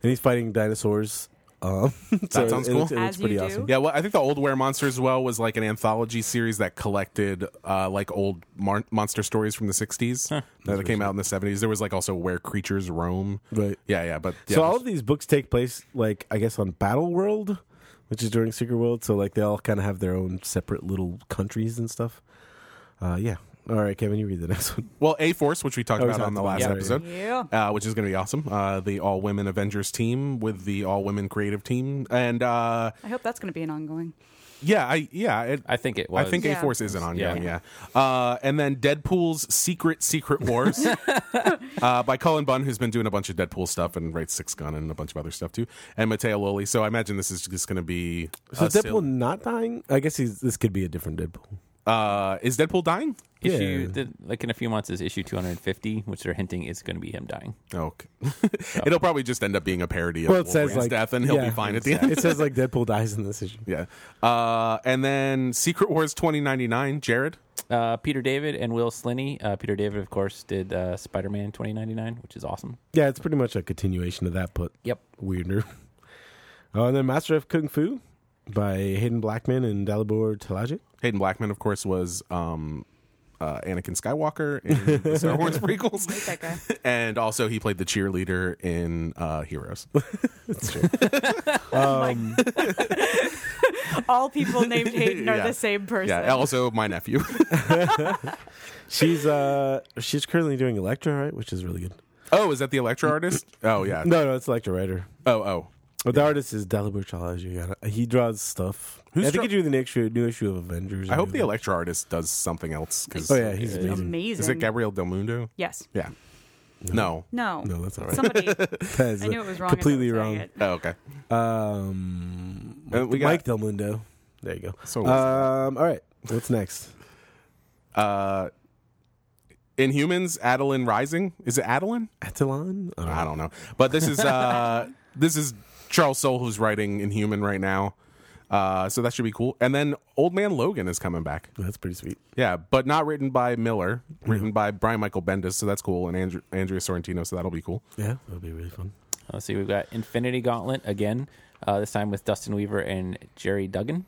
Speaker 2: he's fighting dinosaurs. Um, so
Speaker 1: sounds
Speaker 2: it- it
Speaker 1: cool.
Speaker 2: looks- It looks,
Speaker 3: As you
Speaker 2: pretty
Speaker 3: do.
Speaker 2: awesome.
Speaker 1: Yeah, well, I think the Old Were Monsters as well was like an anthology series that collected uh, like old mar- monster stories from the 60s that came out in the 70s. There was like also Where Creatures Roam.
Speaker 2: Right.
Speaker 1: Yeah, yeah, but yeah,
Speaker 2: so all of these books take place, like I guess, on Battle World, which is during Secret World. So like they all kind of have their own separate little countries and stuff. Uh, yeah. All right, Kevin, you read the next one.
Speaker 1: well, A Force, which we talked
Speaker 2: Oh, we
Speaker 1: about
Speaker 2: talked
Speaker 1: on the
Speaker 2: about
Speaker 1: last
Speaker 2: that, yeah.
Speaker 1: episode.
Speaker 3: Yeah.
Speaker 1: uh, which is going to be awesome. Uh, the all women Avengers team with the all women creative team, and uh,
Speaker 3: I hope that's going to be an ongoing.
Speaker 1: yeah, I yeah, it,
Speaker 4: I think it
Speaker 1: I
Speaker 4: was.
Speaker 1: think
Speaker 3: Yeah.
Speaker 1: A Force is an ongoing, yeah.
Speaker 4: Yeah.
Speaker 1: Uh, and then Deadpool's Secret Secret Wars uh, by Colin Bunn, who's been doing a bunch of Deadpool stuff and writes Six Gun and a bunch of other stuff too, and Matteo Loli. So I imagine this is just going to be
Speaker 2: So
Speaker 1: a
Speaker 2: Uh,
Speaker 1: sil-
Speaker 2: Deadpool not dying? I guess he's, this could be a different Deadpool.
Speaker 1: uh, is Deadpool dying?
Speaker 4: issue
Speaker 2: Yeah.
Speaker 4: the, like in a few months is issue 250, which they're hinting is going to be him dying.
Speaker 1: Oh, okay. it'll probably just end up being a parody of
Speaker 2: Well, it
Speaker 1: Wolverine's
Speaker 2: says like
Speaker 1: death, and he'll
Speaker 2: yeah.
Speaker 1: be fine at the end.
Speaker 2: It says like Deadpool dies in this issue.
Speaker 1: Yeah, uh, and then Secret Wars twenty ninety nine. Jared,
Speaker 4: Uh, Peter David and Will Slinney. Uh, Peter David, of course, did uh, Spider-Man 2099, which is awesome.
Speaker 2: Yeah, it's pretty much a continuation of that, but
Speaker 4: Yep.
Speaker 2: weirder. Oh, and then Master of Kung Fu by Hayden Blackman and Dalibor Talajic.
Speaker 1: Hayden Blackman, of course, was um, uh, Anakin Skywalker in the Star Wars prequels,
Speaker 3: That guy.
Speaker 1: and also he played the cheerleader in uh, Heroes.
Speaker 3: All people named Hayden are
Speaker 1: Yeah.
Speaker 3: the same person.
Speaker 1: Yeah, also my nephew.
Speaker 2: She's uh she's currently doing Electra, right? Which is really good.
Speaker 1: oh, is that the Electro artist? Oh yeah.
Speaker 2: No, no, it's Electra writer.
Speaker 1: Oh oh.
Speaker 2: But the artist is Dalibor Talajic. He draws stuff.
Speaker 1: Who's
Speaker 2: I think
Speaker 1: draw-
Speaker 2: he drew the next issue, new issue of Avengers.
Speaker 1: I hope the Electro
Speaker 2: Electra.
Speaker 1: artist does something else because.
Speaker 2: Oh yeah, he's
Speaker 4: Is
Speaker 2: amazing.
Speaker 3: Amazing.
Speaker 1: Is it Gabriel Del Mundo?
Speaker 3: Yes.
Speaker 1: Yeah. No.
Speaker 3: No.
Speaker 2: No, that's all right.
Speaker 3: Somebody.
Speaker 2: That is
Speaker 3: I knew it was wrong. as I
Speaker 2: Completely
Speaker 3: was saying
Speaker 2: wrong.
Speaker 3: it.
Speaker 1: Oh, okay.
Speaker 2: Um,
Speaker 1: Uh, we
Speaker 2: Mike Del Mundo. There you go.
Speaker 1: So what's
Speaker 2: um, all right. What's next?
Speaker 1: Uh, Inhumans, Adeline Rising. Is it Adeline?
Speaker 2: Atalon? I don't
Speaker 1: I don't know. But this is uh this is Charles Soule who's writing Inhuman right now. Uh so that should be cool. And then Old Man Logan is coming back.
Speaker 2: know. That's pretty sweet.
Speaker 1: Yeah, but not written by Miller, written by Brian Michael Bendis, so that's cool, and Andrew, Andrea Sorrentino, so that'll be cool.
Speaker 2: Yeah, that'll be really fun.
Speaker 4: Uh, Let's see. We've got Infinity Gauntlet again, uh, this time with Dustin Weaver and Jerry Duggan.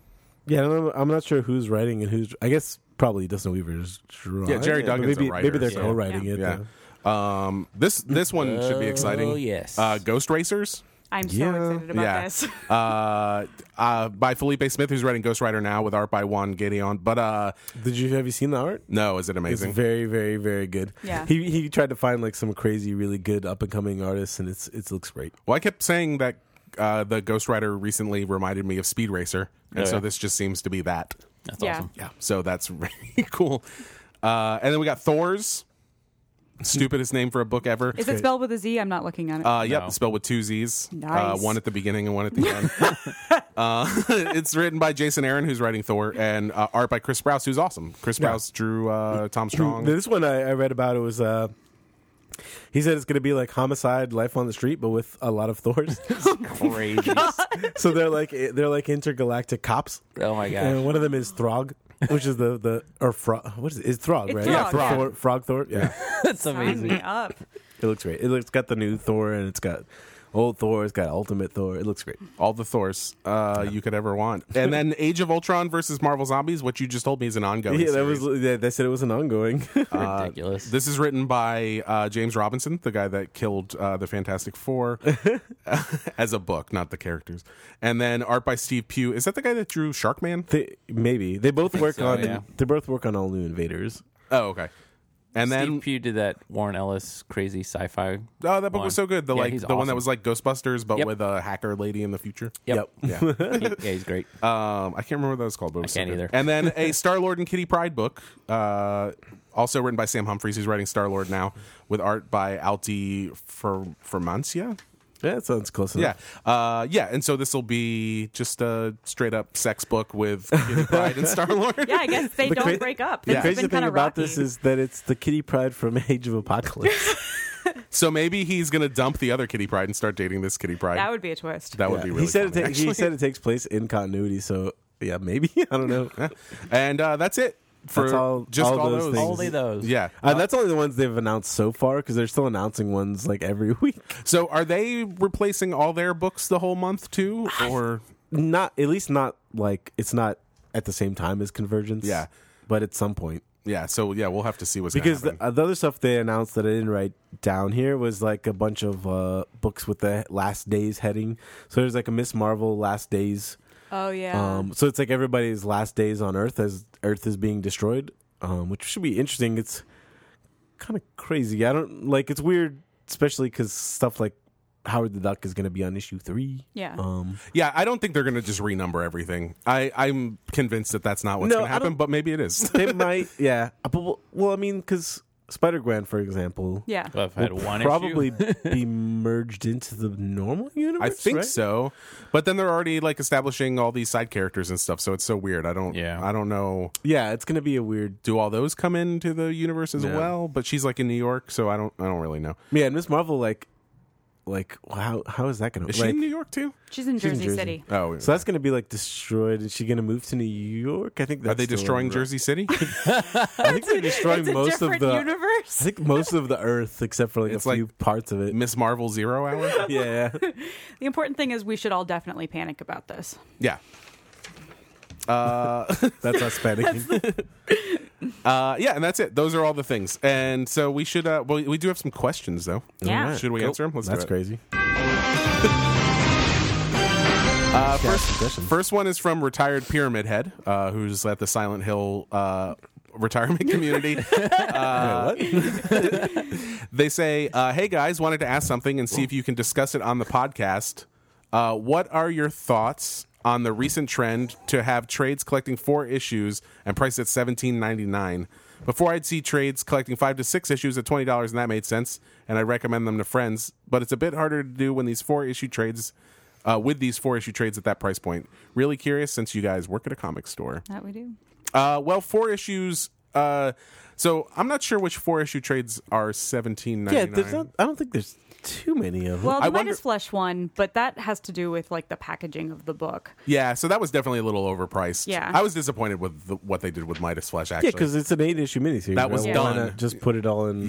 Speaker 2: Yeah, I don't know, I'm not sure who's writing and who's. I guess probably Dustin Weaver's drawing.
Speaker 1: Yeah, Jerry
Speaker 2: it, but
Speaker 1: Duggan's a
Speaker 2: maybe,
Speaker 1: writer,
Speaker 2: Maybe they're
Speaker 1: so-
Speaker 2: co-writing it.
Speaker 1: Yeah.
Speaker 2: though.
Speaker 1: Um this this one should be exciting.
Speaker 4: Oh, yes.
Speaker 1: Uh Ghost Racers.
Speaker 3: I'm so
Speaker 2: Yeah.
Speaker 3: excited about
Speaker 1: yeah.
Speaker 3: this.
Speaker 1: uh uh by Felipe Smith who's writing Ghost Rider now with art by Juan Gideon. But uh
Speaker 2: Did you have you seen the art?
Speaker 1: no, is it
Speaker 2: It's
Speaker 1: amazing?
Speaker 2: very, very, very good.
Speaker 3: Yeah.
Speaker 2: He he tried to find like some crazy, really good up and coming artists, and it's it looks great.
Speaker 1: Well, I kept saying that uh, the Ghost Rider recently reminded me of Speed Racer, and
Speaker 4: Oh,
Speaker 1: so
Speaker 4: yeah.
Speaker 1: this just seems to be that.
Speaker 4: That's
Speaker 3: yeah.
Speaker 4: awesome.
Speaker 1: Yeah, so that's really cool. Uh, and then we got Thor's stupidest name for a book ever.
Speaker 3: Is it spelled with a Z? I'm not looking at it.
Speaker 1: Uh, yep,
Speaker 4: No.
Speaker 1: spelled with two Z's.
Speaker 3: Nice.
Speaker 1: Uh, one at the beginning and one at the end. uh, it's written by Jason Aaron, who's writing Thor, and uh, art by Chris Sprouse, who's awesome. Chris Sprouse drew uh, Tom Strong.
Speaker 2: This one I, I read about it was uh he said it's gonna be like homicide, life on the street, but with a lot of Thors.
Speaker 4: Crazy.
Speaker 2: so they're like eh, they're like intergalactic cops,
Speaker 4: oh my
Speaker 2: and
Speaker 4: gosh.
Speaker 2: one of them is Throg, which is the the or Frog. What is it? It's Throg,
Speaker 3: It's
Speaker 2: right?
Speaker 3: Yeah, Throg,
Speaker 1: Throg.
Speaker 2: Thor, Frog Thor. Yeah,
Speaker 4: That's
Speaker 3: Sign
Speaker 4: amazing.
Speaker 3: me up.
Speaker 2: it looks great. It looks it's got the new Thor, and it's got old Thor. It's got Ultimate Thor. It looks great.
Speaker 1: All the Thors uh, you could ever want. And then Age of Ultron versus Marvel Zombies, what you just told me is an ongoing
Speaker 2: yeah, that
Speaker 1: series.
Speaker 2: was yeah, they said it was an ongoing.
Speaker 4: Ridiculous.
Speaker 1: uh, This is written by uh, James Robinson, the guy that killed uh, the Fantastic Four, as a book, not the characters. And then art by Steve Pugh. Is that the guy that drew Sharkman?
Speaker 2: they, maybe they both work
Speaker 4: so,
Speaker 2: on
Speaker 4: yeah.
Speaker 2: they both work on all new invaders.
Speaker 1: Oh, okay. And
Speaker 4: Steve
Speaker 1: then
Speaker 4: Pugh did that Warren Ellis crazy sci-fi.
Speaker 1: oh, that book
Speaker 4: one.
Speaker 1: was so good. The
Speaker 4: Yeah,
Speaker 1: like
Speaker 4: he's
Speaker 1: the one that
Speaker 4: awesome.
Speaker 1: was like Ghostbusters, but
Speaker 4: Yep.
Speaker 1: with a hacker lady in the future.
Speaker 4: Yep.
Speaker 1: Yeah.
Speaker 4: He- yeah, he's great.
Speaker 1: Um, I can't remember what that was called, but it was so
Speaker 4: can't
Speaker 1: good.
Speaker 4: either.
Speaker 1: And then a Star Lord and Kitty Pride book, uh, also written by Sam Humphries, who's writing Star Lord now, with art by Alti Fer- Fermancia.
Speaker 2: Yeah, that sounds close
Speaker 1: Yeah,
Speaker 2: enough.
Speaker 1: uh, yeah, and so this will be just a straight up sex book with Kitty Pride and Star Lord.
Speaker 3: Yeah, I guess they
Speaker 2: The
Speaker 3: don't
Speaker 2: cra-
Speaker 3: break up.
Speaker 2: The
Speaker 3: That's
Speaker 2: crazy
Speaker 3: been
Speaker 2: thing
Speaker 3: kind of
Speaker 2: about
Speaker 3: rocky.
Speaker 2: this is that it's the Kitty Pride from Age of Apocalypse.
Speaker 1: So maybe he's gonna dump the other Kitty Pride and start dating this Kitty Pride.
Speaker 3: that would be a twist.
Speaker 1: That would
Speaker 2: Yeah.
Speaker 1: be really.
Speaker 2: he said
Speaker 1: funny,
Speaker 2: it. ta-
Speaker 1: actually.
Speaker 2: he said it takes place in continuity, so yeah, maybe I don't know.
Speaker 1: and uh, that's it. for
Speaker 2: That's all-
Speaker 1: just all,
Speaker 2: all those
Speaker 1: those,
Speaker 2: things.
Speaker 4: Only those.
Speaker 1: Yeah.
Speaker 2: Uh, that's only the ones they've announced so far because they're still announcing ones like every week.
Speaker 1: So are they replacing all their books the whole month too, or
Speaker 2: Not at least not like it's not at the same time as Convergence.
Speaker 1: Yeah.
Speaker 2: but at some point
Speaker 1: yeah? So yeah, we'll have to see what's
Speaker 2: because
Speaker 1: gonna
Speaker 2: the,
Speaker 1: happen.
Speaker 2: uh, the other stuff they announced that I didn't write down here was like a bunch of uh, books with the last days heading. So there's like a Miss Marvel last days.
Speaker 3: Oh yeah.
Speaker 2: Um, so it's like everybody's last days on Earth as Earth is being destroyed, um, which should be interesting. It's kind of crazy. I don't like. It's weird, especially because stuff like Howard the Duck is going to be on issue three.
Speaker 3: Yeah.
Speaker 2: Um,
Speaker 1: yeah, I don't think they're gonna just renumber everything. I I'm convinced that that's not what's
Speaker 2: No,
Speaker 1: gonna
Speaker 2: I
Speaker 1: happen,
Speaker 2: don't-
Speaker 1: but maybe it is.
Speaker 2: they might. Yeah. Uh, But well, well I mean, because Spider Gwen, for example,
Speaker 3: yeah.
Speaker 4: Well, if I had one
Speaker 2: probably
Speaker 4: issue.
Speaker 2: be merged into the normal universe.
Speaker 1: I think
Speaker 2: right?
Speaker 1: so, but then they're already like establishing all these side characters and stuff, so it's so weird. I don't.
Speaker 4: Yeah.
Speaker 1: I don't know.
Speaker 2: Yeah, it's going to be a weird.
Speaker 1: Do all those come into the universe as
Speaker 2: Yeah.
Speaker 1: well? But she's like in New York, so I don't. I don't really know.
Speaker 2: Yeah, and Miss Marvel, like, like how how is that going to?
Speaker 1: Is
Speaker 2: like,
Speaker 1: she in New York too?
Speaker 3: She's in
Speaker 2: she's
Speaker 3: Jersey,
Speaker 2: in Jersey.
Speaker 3: City.
Speaker 1: Oh,
Speaker 2: So that's going to be like destroyed. Is she going to move to New York? I think that's
Speaker 1: are they
Speaker 2: still
Speaker 1: destroying
Speaker 2: under-
Speaker 1: Jersey City?
Speaker 2: I think they're destroying
Speaker 3: It's a
Speaker 2: most of
Speaker 3: different
Speaker 2: the. I
Speaker 3: universe.
Speaker 2: think most of the Earth, except for like
Speaker 1: It's
Speaker 2: a
Speaker 1: like-
Speaker 2: few parts of it.
Speaker 1: Miss Marvel Zero Hour.
Speaker 2: Yeah,
Speaker 3: The important thing is we should all definitely panic about this.
Speaker 1: Yeah. Uh,
Speaker 2: that's us panicking.
Speaker 1: uh, yeah, and that's it. Those are all the things. And so we should. Uh, well, we do have some questions though.
Speaker 3: Yeah.
Speaker 1: Should we answer them? Let's do
Speaker 2: That's
Speaker 1: it.
Speaker 2: crazy.
Speaker 1: Uh,
Speaker 2: Yeah,
Speaker 1: first,
Speaker 2: question.
Speaker 1: first one is from retired Pyramid Head, uh, who's at the Silent Hill uh, retirement community. Uh,
Speaker 2: Wait, what?
Speaker 1: They say, uh, "Hey guys, wanted to ask something and see if you can discuss it on the podcast. Uh, what are your thoughts on the recent trend to have trades collecting four issues and priced at seventeen ninety nine? Before I'd see trades collecting five to six issues at twenty dollars, and that made sense, and I recommend them to friends. But it's a bit harder to do when these four issue trades." Uh, with these four issue trades at that price point. Really curious since you guys work at a comic store.
Speaker 3: That we do.
Speaker 1: Uh, well, four issues. Uh, so I'm not sure which four issue trades are seventeen ninety
Speaker 2: Yeah,
Speaker 1: nine.
Speaker 2: there's not. I don't think there's too many of them.
Speaker 3: Well, the
Speaker 1: I
Speaker 3: Midas
Speaker 1: wonder-
Speaker 3: Flesh one, but that has to do with like the packaging of the book.
Speaker 1: yeah, so that was definitely a little overpriced.
Speaker 3: Yeah.
Speaker 1: I was disappointed with the, what they did with Midas Flesh. Actually,
Speaker 2: yeah, because it's an eight-issue miniseries.
Speaker 1: That was
Speaker 2: right?
Speaker 1: done.
Speaker 2: Why not just put it all
Speaker 1: Yeah.
Speaker 2: in.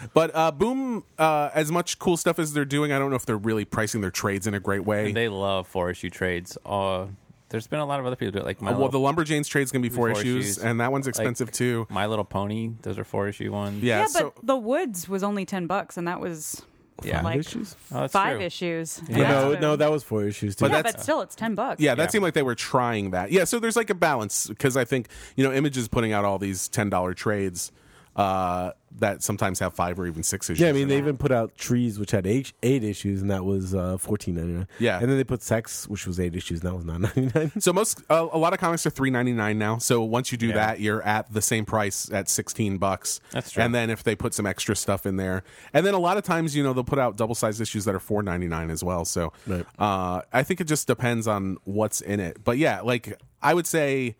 Speaker 4: Yeah.
Speaker 1: But uh, Boom, uh, as much cool stuff as they're doing, I don't know if they're really pricing their trades in a great way.
Speaker 4: They love four issue trades. Uh, there's been a lot of other people do it, like my
Speaker 1: Uh, well,
Speaker 4: little,
Speaker 1: the Lumberjanes trade's gonna be four,
Speaker 4: Four
Speaker 1: issues,
Speaker 4: issues.
Speaker 1: and that one's expensive too.
Speaker 4: My Little Pony. Those are four issue ones.
Speaker 1: Yeah,
Speaker 3: Yeah,
Speaker 1: so
Speaker 3: but The Woods was only ten bucks, and that was
Speaker 4: yeah.
Speaker 3: like
Speaker 2: issues?
Speaker 4: Oh, that's
Speaker 3: five
Speaker 4: true.
Speaker 3: issues.
Speaker 4: Yeah.
Speaker 2: No, no, that was four issues too.
Speaker 1: But
Speaker 3: yeah,
Speaker 1: that's-
Speaker 3: but still, it's ten bucks.
Speaker 1: Yeah, that
Speaker 4: Yeah.
Speaker 1: seemed like they were trying that. Yeah, so there's like a balance because I think you know Image is putting out all these ten dollar trades uh, that sometimes have five or even six issues.
Speaker 2: Yeah, I mean
Speaker 1: in
Speaker 2: they
Speaker 1: it.
Speaker 2: even put out trees, which had eight, eight issues, and that was uh, fourteen ninety nine.
Speaker 1: Yeah.
Speaker 2: and then they put sex, which was eight issues, and that was nine ninety nine.
Speaker 1: so most uh, a lot of comics are three ninety nine now. So once you do
Speaker 4: Yeah.
Speaker 1: that, you're at the same price at sixteen bucks.
Speaker 4: That's true.
Speaker 1: And then if they put some extra stuff in there, and then a lot of times you know they'll put out double sized issues that are four ninety nine as well. So
Speaker 2: Right.
Speaker 1: uh, I think it just depends on what's in it. But yeah, like I would say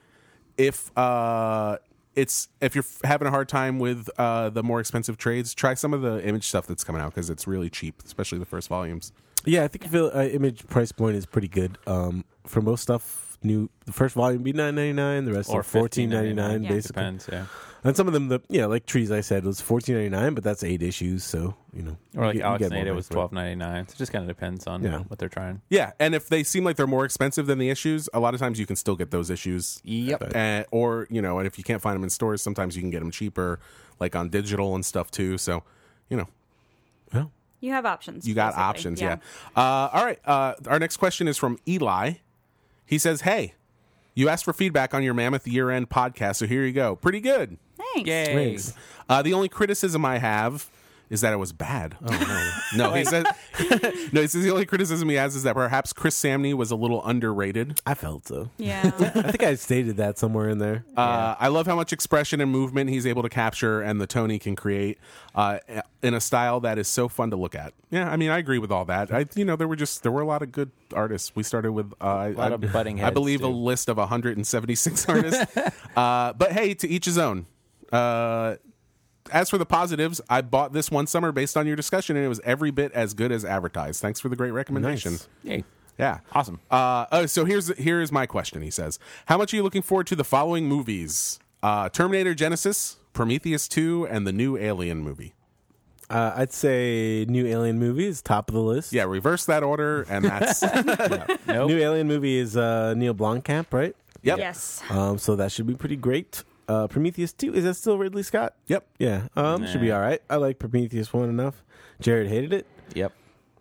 Speaker 1: if uh it's if you're f- having a hard time with uh the more expensive trades try some of the image stuff that's coming out because it's really cheap especially the first volumes
Speaker 2: Yeah, I think I feel, uh, image price point is pretty good um, for most stuff. New the first volume be nine ninety nine, the rest
Speaker 4: Or
Speaker 2: are fourteen ninety
Speaker 4: $14.99,
Speaker 2: nine,
Speaker 3: yeah.
Speaker 2: basically.
Speaker 4: Depends. Yeah.
Speaker 2: And some of them, the yeah, like trees, I said was fourteen ninety nine, but that's eight issues, so you know.
Speaker 4: Or like
Speaker 2: you get- you
Speaker 4: Alex
Speaker 2: get more
Speaker 4: Nada
Speaker 2: bang
Speaker 4: was
Speaker 2: for it.
Speaker 4: twelve ninety nine. So it just kind of depends on
Speaker 2: Yeah.
Speaker 4: what they're trying.
Speaker 1: yeah and if they seem like they're more expensive than the issues a lot of times you can still get those issues
Speaker 4: Yep.
Speaker 1: and, or you know and if you can't find them in stores sometimes you can get them cheaper like on digital and stuff too so you know
Speaker 3: you have options.
Speaker 1: You got
Speaker 3: basically.
Speaker 1: options, yeah. Uh, all right. Uh, our next question is from Eli. He says, "Hey, you asked for feedback on your Mammoth year-end podcast, so here you go. Pretty good.
Speaker 3: Thanks.
Speaker 4: Yay.
Speaker 2: Thanks.
Speaker 1: Uh, the only criticism I have." Is that it was bad? Oh no! no, he says. no, he says the only criticism he has is that perhaps Chris Samney was a little underrated.
Speaker 2: I felt so.
Speaker 3: Yeah.
Speaker 2: I think I stated that somewhere in there.
Speaker 1: Uh, I love how much expression and movement he's able to capture, and the tone he can create uh, in a style that is so fun to look at. Yeah, I mean, I agree with all that. I, you know, there were just there were a lot of good artists. We started with uh, a
Speaker 4: lot of butting
Speaker 1: I
Speaker 4: heads,
Speaker 1: believe a
Speaker 4: too.
Speaker 1: list of 176 artists. uh, but hey, to each his own. Uh, as for the positives, I bought this one summer based on your discussion, and it was every bit as good as advertised. Thanks for the great recommendation.
Speaker 2: Nice.
Speaker 4: Yay.
Speaker 1: Yeah.
Speaker 4: Awesome.
Speaker 1: Uh, oh, so here's here's my question. He says, "How much are you looking forward to the following movies? Uh, Terminator Genesis, Prometheus 2, and the new Alien movie.
Speaker 2: Uh, I'd say new Alien movie is top of the list.
Speaker 1: Yeah, reverse that order, and that's.
Speaker 4: Nope.
Speaker 2: New Alien movie is uh, Neil Blomkamp, right?
Speaker 1: Yep.
Speaker 3: Yes.
Speaker 2: Um, so that should be pretty great. Uh, Prometheus two is that still Ridley Scott?
Speaker 1: Yep.
Speaker 2: Yeah, um, should be all right. I like Prometheus one enough. Jared hated it.
Speaker 4: Yep.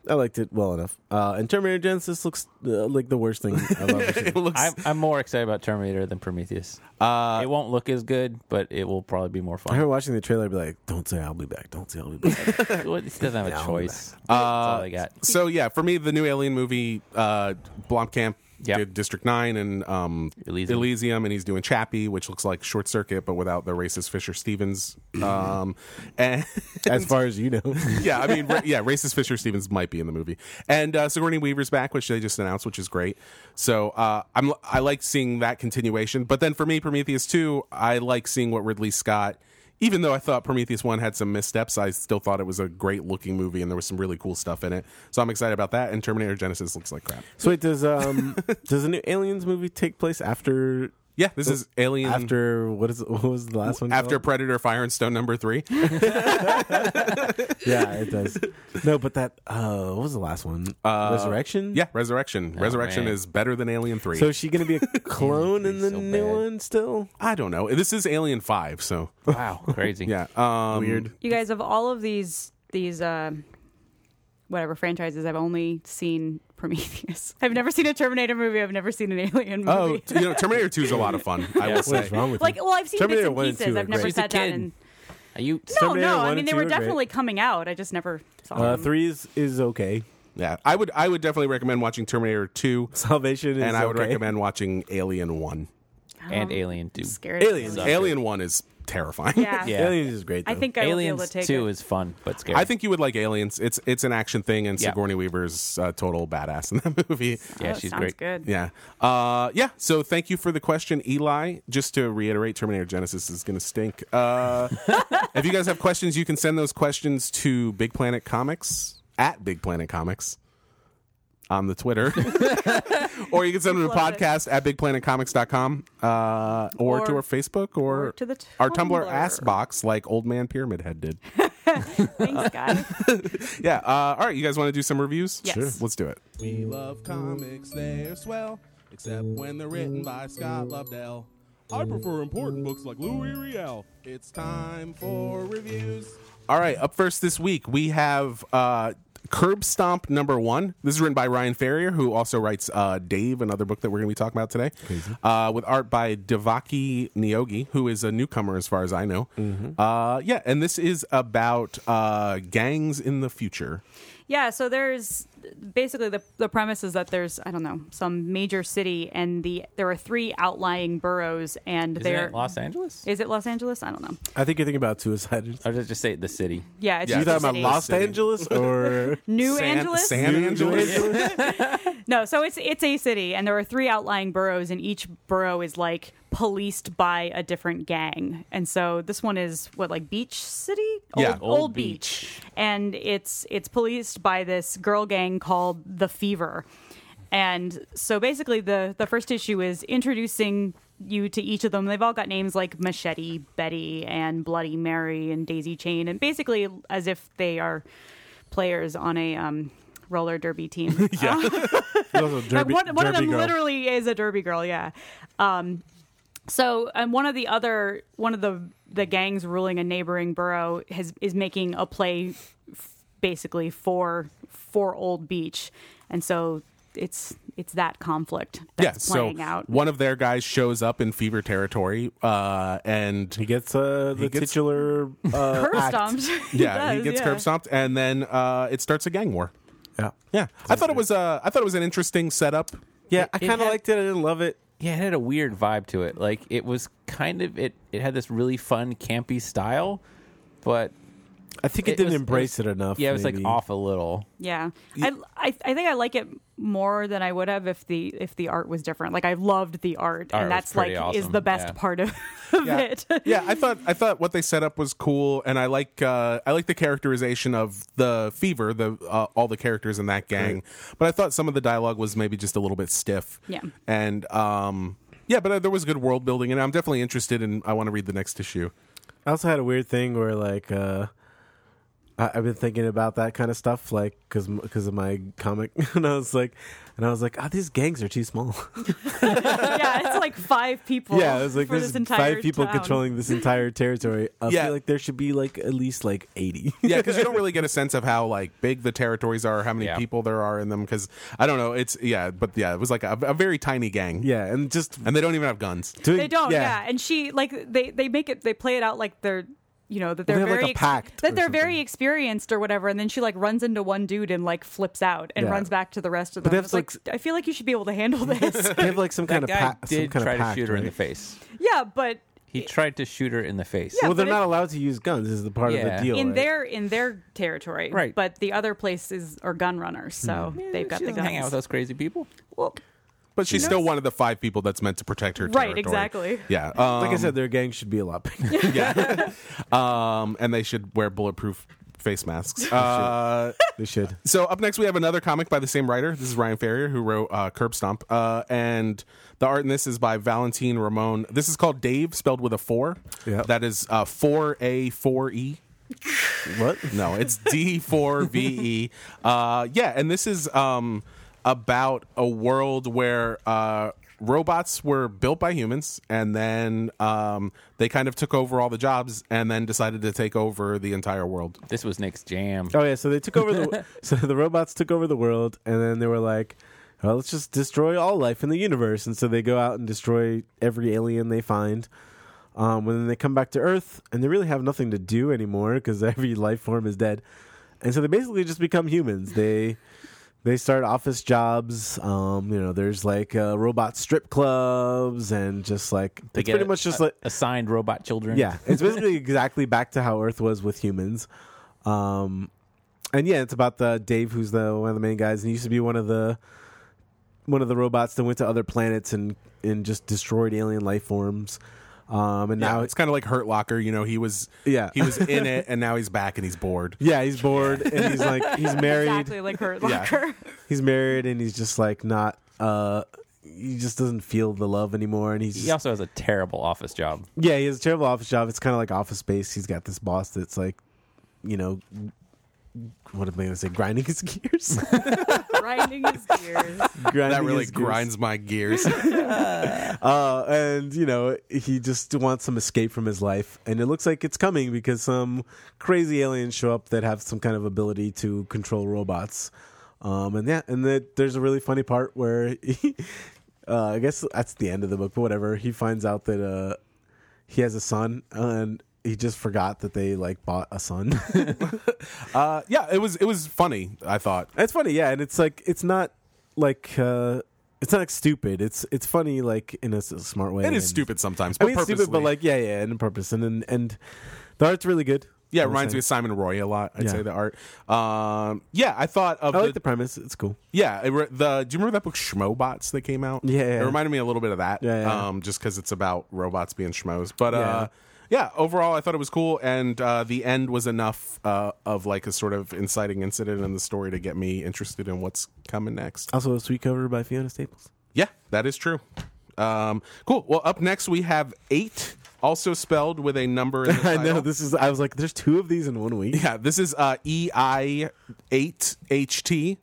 Speaker 2: I liked it well enough. Uh, and Terminator Genesis looks uh, like the worst thing I've ever seen.
Speaker 1: It looks.
Speaker 4: I'm, I'm more excited about Terminator than Prometheus.
Speaker 1: Uh,
Speaker 4: it won't look as good, but it will probably be more
Speaker 2: I
Speaker 4: fun.
Speaker 2: remember watching the trailer, I'd be like, "Don't say I'll be back. Don't say I'll be back."
Speaker 4: Well, It doesn't have a
Speaker 2: Yeah, I'll
Speaker 4: choice. That's all they got.
Speaker 1: so yeah, for me, the new Alien movie, uh, Blomkamp
Speaker 4: Yep.
Speaker 1: did District Nine and um,
Speaker 4: Elysium.
Speaker 1: and he's doing Chappie, which looks like Short Circuit, but without the racist Fisher Stevens. Um, and
Speaker 2: as far as you know,
Speaker 1: yeah, I mean, ra- yeah, racist Fisher Stevens might be in the movie, and uh, Sigourney Weaver's back, which they just announced, which is great. So uh, I'm I like seeing that continuation. But then for me, Prometheus two, I like seeing what Ridley Scott. Even though I thought Prometheus one had some missteps, I still thought it was a great looking movie, and there was some really cool stuff in it. So I'm excited about that. And Terminator Genesis looks like crap.
Speaker 2: so wait, does um does the new Aliens movie take place after
Speaker 1: Yeah, this is Alien
Speaker 2: after what is what was the last one?
Speaker 1: after Predator, Fire and Stone number three.
Speaker 2: called? yeah, it does. No, but that uh what was the last one? Uh, Resurrection.
Speaker 1: Yeah, Resurrection. Resurrection
Speaker 4: man.
Speaker 1: is better than Alien three.
Speaker 2: Oh, So is she gonna be a clone in the
Speaker 4: so
Speaker 2: new
Speaker 4: bad.
Speaker 2: one still?
Speaker 1: I don't know. This is Alien five. So
Speaker 4: Wow, crazy.
Speaker 1: yeah, um, weird.
Speaker 3: You guys of all of these these uh, whatever franchises, I've only seen Prometheus. I've never seen a Terminator movie. I've never seen an Alien movie.
Speaker 1: Oh, t- you know, Terminator 2 is a lot of fun. I will
Speaker 2: What is
Speaker 1: say.
Speaker 2: wrong with
Speaker 3: like,
Speaker 2: you?
Speaker 3: well, I've seen
Speaker 2: Terminator one
Speaker 3: bits and pieces.
Speaker 2: and two are
Speaker 3: I've never
Speaker 2: great.
Speaker 4: She's a
Speaker 3: sat down
Speaker 4: kid.
Speaker 3: and
Speaker 4: Are you?
Speaker 3: no,
Speaker 2: Terminator
Speaker 3: no.
Speaker 2: one
Speaker 3: I
Speaker 2: and
Speaker 3: mean, they
Speaker 2: two
Speaker 3: were
Speaker 2: are great.
Speaker 3: definitely coming out. I just never saw
Speaker 2: Uh,
Speaker 3: them.
Speaker 2: three is, is okay.
Speaker 1: Yeah, I would. I would definitely recommend watching Terminator 2,
Speaker 2: Salvation is
Speaker 1: and I would
Speaker 2: okay.
Speaker 1: recommend watching Alien 1.
Speaker 4: And Alien 2.
Speaker 3: Scared.
Speaker 2: Aliens.
Speaker 3: Yeah.
Speaker 1: Alien 1 is terrifying.
Speaker 4: Yeah.
Speaker 2: Aliens is great. Though.
Speaker 3: I think I will be able to
Speaker 4: Aliens
Speaker 3: take
Speaker 4: 2
Speaker 3: it.
Speaker 4: is fun, but scary.
Speaker 1: I think you would like Aliens. It's it's an action thing, and
Speaker 4: Yeah.
Speaker 1: Sigourney Weaver's uh, total badass in that movie.
Speaker 4: yeah,
Speaker 3: Oh,
Speaker 4: she's
Speaker 3: sounds
Speaker 4: great.
Speaker 3: good.
Speaker 1: Yeah, uh, yeah. So thank you for the question, Eli. Just to reiterate, Terminator Genesis is going to stink. Uh, if you guys have questions, you can send those questions to Big Planet Comics at Big Planet Comics on the Twitter, or you can send them to
Speaker 3: Love it.
Speaker 1: podcast at bigplanetcomics.com uh, or,
Speaker 3: Or-
Speaker 1: to our Facebook or,
Speaker 3: or to the
Speaker 1: our Tumblr
Speaker 3: Tumblr.
Speaker 1: ass box, like Old Man Pyramid Head did.
Speaker 3: Thanks, guys.
Speaker 1: Yeah. Uh, all right. You guys want to do some reviews?
Speaker 3: Yes. Sure.
Speaker 1: Let's do it. We love comics. They're swell, except when they're written by Scott Lobdell. I prefer important books like Louis Riel. It's time for reviews. All right. Up first this week, we have. Uh, Curb Stomp number one. This is written by Ryan Ferrier, who also writes uh, Dave, another book that we're going to be talking about today, uh, with art by Devaki Niogi, who is a newcomer as far as I know. Uh, yeah, and this is about uh, gangs in the future.
Speaker 3: Yeah, so there's basically the the premise is that there's I don't know some major city and the there are three outlying boroughs and
Speaker 4: Isn't
Speaker 3: they're
Speaker 4: it Los Angeles?
Speaker 3: is it Los Angeles? I don't know.
Speaker 2: I think you're thinking about Suicide.
Speaker 4: I was just say the city.
Speaker 3: Yeah, it's
Speaker 1: Yeah.
Speaker 2: You
Speaker 3: just
Speaker 2: talking
Speaker 3: a
Speaker 2: about
Speaker 3: city.
Speaker 2: Los Angeles or
Speaker 3: New
Speaker 1: San,
Speaker 3: Angeles?
Speaker 1: San Angeles.
Speaker 3: No, so it's it's a city, and there are three outlying boroughs, and each borough is like policed by a different gang. And so this one is what like Beach City,
Speaker 1: Yeah,
Speaker 3: old,
Speaker 4: Old
Speaker 3: Old Beach. and it's it's policed by this girl gang called the Fever. And so basically, the the first issue is introducing you to each of them. They've all got names like Machete, Betty, and Bloody Mary, and Daisy Chain, and basically as if they are players on a um, roller derby team.
Speaker 2: also Derby,
Speaker 3: Like, one, one of
Speaker 2: Derby
Speaker 3: them
Speaker 2: girl.
Speaker 3: literally is a derby girl yeah um so and one of the other one of the the gangs ruling a neighboring borough has is making a play f- basically for for old beach and so it's it's that conflict
Speaker 1: yeah,
Speaker 3: that's
Speaker 1: so
Speaker 3: playing out
Speaker 1: one of their guys shows up in fever territory, uh, and
Speaker 2: He gets uh, the
Speaker 1: gets-
Speaker 2: titular uh,
Speaker 3: curb
Speaker 2: act.
Speaker 3: stomped He
Speaker 1: yeah, he
Speaker 3: does,
Speaker 1: gets
Speaker 3: yeah.
Speaker 1: curb stomped, and then uh, it starts a gang war.
Speaker 2: Yeah,
Speaker 1: Yeah, I thought it was uh, I thought it was an interesting setup.
Speaker 2: yeah. I
Speaker 4: It- it
Speaker 2: kind of
Speaker 4: had-
Speaker 2: liked it. I didn't love it.
Speaker 4: Yeah, it had a weird vibe to it. Like it was kind of it. It had this really fun, campy style, but
Speaker 2: I think it,
Speaker 4: It
Speaker 2: didn't
Speaker 4: was- it
Speaker 2: embrace it, enough.
Speaker 4: yeah, it was
Speaker 2: maybe.
Speaker 4: like off a little.
Speaker 3: yeah I, I i think i like it more than i would have if the if the art was different like i loved the
Speaker 4: Art
Speaker 3: art,
Speaker 4: was
Speaker 3: and that's like
Speaker 4: pretty
Speaker 3: is
Speaker 4: awesome,
Speaker 3: the best
Speaker 4: yeah.
Speaker 3: part of, of
Speaker 1: Yeah.
Speaker 3: it
Speaker 1: yeah, I thought I thought what they set up was cool, and I like uh, I like the characterization of the fever, the uh, all the characters in that gang. But I thought some of the dialogue was maybe just a little bit stiff.
Speaker 3: Yeah.
Speaker 1: and um, Yeah, but uh, there was good world building, and I'm definitely interested in. I want to read the next issue.
Speaker 2: I also had a weird thing where like uh, I, I've been thinking about that kind of stuff, like because of my comic, and I was like, and I was like, oh, these gangs are too small.
Speaker 3: yeah, it's like five people.
Speaker 2: yeah, I was like,
Speaker 3: for
Speaker 2: there's
Speaker 3: this entire
Speaker 2: five people
Speaker 3: town.
Speaker 2: controlling this entire territory. I
Speaker 1: Yeah.
Speaker 2: feel like there should be like at least like eighty.
Speaker 1: yeah, because you don't really get a sense of how like big the territories are, how many
Speaker 4: Yeah.
Speaker 1: people there are in them. Because I don't know, it's yeah, but yeah, it was like a, a very tiny gang,
Speaker 2: yeah, and just
Speaker 1: and they don't even have guns.
Speaker 2: doing,
Speaker 3: They don't, yeah. And she like they they make it they play it out like they're you know that they're
Speaker 2: they have, like,
Speaker 3: very
Speaker 2: a pact or
Speaker 3: that they're
Speaker 2: something.
Speaker 3: very experienced or whatever, and then she like runs into one dude and like flips out and
Speaker 2: Yeah.
Speaker 3: runs back to the rest of
Speaker 2: But
Speaker 3: them. I
Speaker 2: they have,
Speaker 3: was like, I feel like you should be able to handle this.
Speaker 2: They have like some kind
Speaker 4: that
Speaker 2: of
Speaker 4: guy
Speaker 2: pact.
Speaker 4: did
Speaker 2: some kind
Speaker 4: try
Speaker 2: of pact,
Speaker 4: to shoot her in the
Speaker 2: right?
Speaker 4: face.
Speaker 3: yeah, but
Speaker 4: He tried to shoot her in the face.
Speaker 3: Yeah,
Speaker 2: well, they're
Speaker 3: but
Speaker 2: not
Speaker 3: it-
Speaker 2: allowed to use guns. Is the part of
Speaker 4: Yeah.
Speaker 2: the deal
Speaker 3: in
Speaker 2: right?
Speaker 3: their in their territory,
Speaker 4: Right.
Speaker 3: But the other places are gun runners, so
Speaker 2: Hmm.
Speaker 3: they've got
Speaker 4: She
Speaker 3: the
Speaker 4: doesn't
Speaker 3: guns.
Speaker 4: hang out with those crazy people.
Speaker 3: Well,
Speaker 1: But she's
Speaker 3: Yeah.
Speaker 1: still one of the five people that's meant to protect her. Territory.
Speaker 3: Right, exactly.
Speaker 1: Yeah, um,
Speaker 2: Like I said, their gang should be a lot bigger.
Speaker 1: yeah, um, and they should wear bulletproof face masks. Uh,
Speaker 2: they should.
Speaker 1: So up next we have another comic by the same writer. This is Ryan Ferrier who wrote uh, Curb Stomp, uh, and the art in this is by Valentine Ramon. This is called Dave, spelled with a four.
Speaker 2: Yeah.
Speaker 1: that is uh, four A four E.
Speaker 2: What?
Speaker 1: No, it's D four V E. Uh, yeah, and this is um, about a world where uh, robots were built by humans, and then um, they kind of took over all the jobs, and then decided to take over the entire world.
Speaker 4: This was Nick's jam.
Speaker 2: Oh yeah, so they took over the so the robots took over the world, and then they were like, well, let's just destroy all life in the universe, and so they go out and destroy every alien they find. Um, and then they come back to Earth, and they really have nothing to do anymore because every life form is dead, and so they basically just become humans. They they start office jobs. Um, you know, there's like uh, robot strip clubs, and just like
Speaker 4: They
Speaker 2: it's
Speaker 4: get
Speaker 2: pretty much just
Speaker 4: a-
Speaker 2: like
Speaker 4: assigned robot children.
Speaker 2: yeah, it's basically exactly back to how Earth was with humans. Um, and yeah, it's about the Dave, who's the one of the main guys, and he used to be one of the one of the robots that went to other planets and and just destroyed alien life forms. Um, and
Speaker 1: Now
Speaker 2: now
Speaker 1: it's kind of like Hurt Locker. You know, he was
Speaker 2: Yeah.
Speaker 1: he was in it, and now he's back and he's bored.
Speaker 2: yeah, he's bored and he's like he's married,
Speaker 3: exactly like her locker.
Speaker 2: he's married, and he's just like not. Uh, he just doesn't feel the love anymore, and he's just
Speaker 4: He also has a terrible office job.
Speaker 2: Yeah, he has a terrible office job. It's kind of like Office Space. He's got this boss that's like, you know, what am I going to say? Grinding his gears.
Speaker 3: grinding his gears.
Speaker 2: grinding
Speaker 1: That really
Speaker 2: his gears.
Speaker 1: grinds my gears.
Speaker 2: Uh, and you know, he just wants some escape from his life, and it looks like it's coming because some crazy aliens show up that have some kind of ability to control robots. Um, and yeah, and that there's a really funny part where he, uh, I guess that's the end of the book, but whatever. He finds out that uh, he has a son, and he just forgot that they like bought a son.
Speaker 1: Uh, yeah, it was it was funny. I thought.
Speaker 2: It's funny, yeah, and it's like it's not like uh it's not like stupid. It's it's funny like in a s- smart way.
Speaker 1: It is
Speaker 2: and-
Speaker 1: stupid sometimes.
Speaker 2: I
Speaker 1: But
Speaker 2: mean, it's stupid,
Speaker 1: purposely.
Speaker 2: but like yeah, yeah, and on purpose, and and, and the art's really good.
Speaker 1: yeah, it
Speaker 2: I would
Speaker 1: reminds
Speaker 2: say.
Speaker 1: me of Simon Roy a lot. I'd
Speaker 2: Yeah.
Speaker 1: say the art. Um, yeah, I thought of
Speaker 2: I
Speaker 1: the,
Speaker 2: like the premise. It's cool.
Speaker 1: yeah. It, re- the do you remember that book Schmobots that came out?
Speaker 2: Yeah, yeah.
Speaker 1: it reminded me a little bit of that.
Speaker 2: Yeah, yeah.
Speaker 1: Um, just because it's about robots being schmoes, but uh. Yeah, overall, I thought it was cool, and uh, the end was enough uh, of like a sort of inciting incident in the story to get me interested in what's coming next.
Speaker 2: Also, a sweet cover by Fiona Staples.
Speaker 1: Yeah, that is true. Um, cool. Well, up next we have eight, also spelled with a number. In the
Speaker 2: I know
Speaker 1: title.
Speaker 2: this is. I was like, there's two of these in one week.
Speaker 1: Yeah, this is uh, E I eight H T.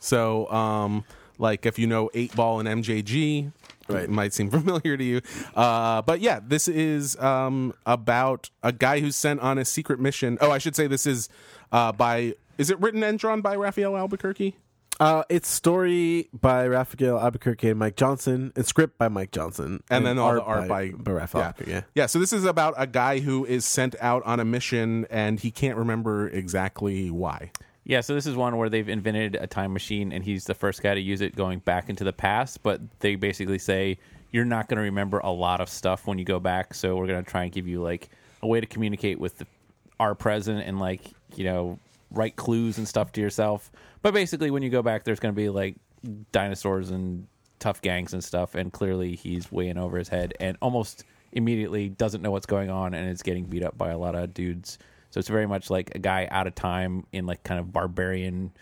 Speaker 1: so, um, like if you know eight ball and MJG, it might seem familiar to you. Uh, but yeah, this is um, about a guy who's sent on a secret mission. Oh, I should say this is uh, by. Is it written and drawn by Raphael Albuquerque?
Speaker 2: Uh, it's story by Raphael Albuquerque and Mike Johnson, and script by Mike Johnson,
Speaker 1: and then all the art by,
Speaker 2: Mm, by Raphael. Albuquerque, yeah.
Speaker 1: yeah. So this is about a guy who is sent out on a mission and he can't remember exactly why.
Speaker 4: Yeah, so this is one where they've invented a time machine and he's the first guy to use it going back into the past, but they basically say you're not going to remember a lot of stuff when you go back, so we're going to try and give you like a way to communicate with the, our present and like, you know, write clues and stuff to yourself. But basically when you go back there's going to be like dinosaurs and tough gangs and stuff and clearly he's way in over his head and almost immediately doesn't know what's going on and is getting beat up by a lot of dudes. So it's very much like a guy out of time in like kind of barbarian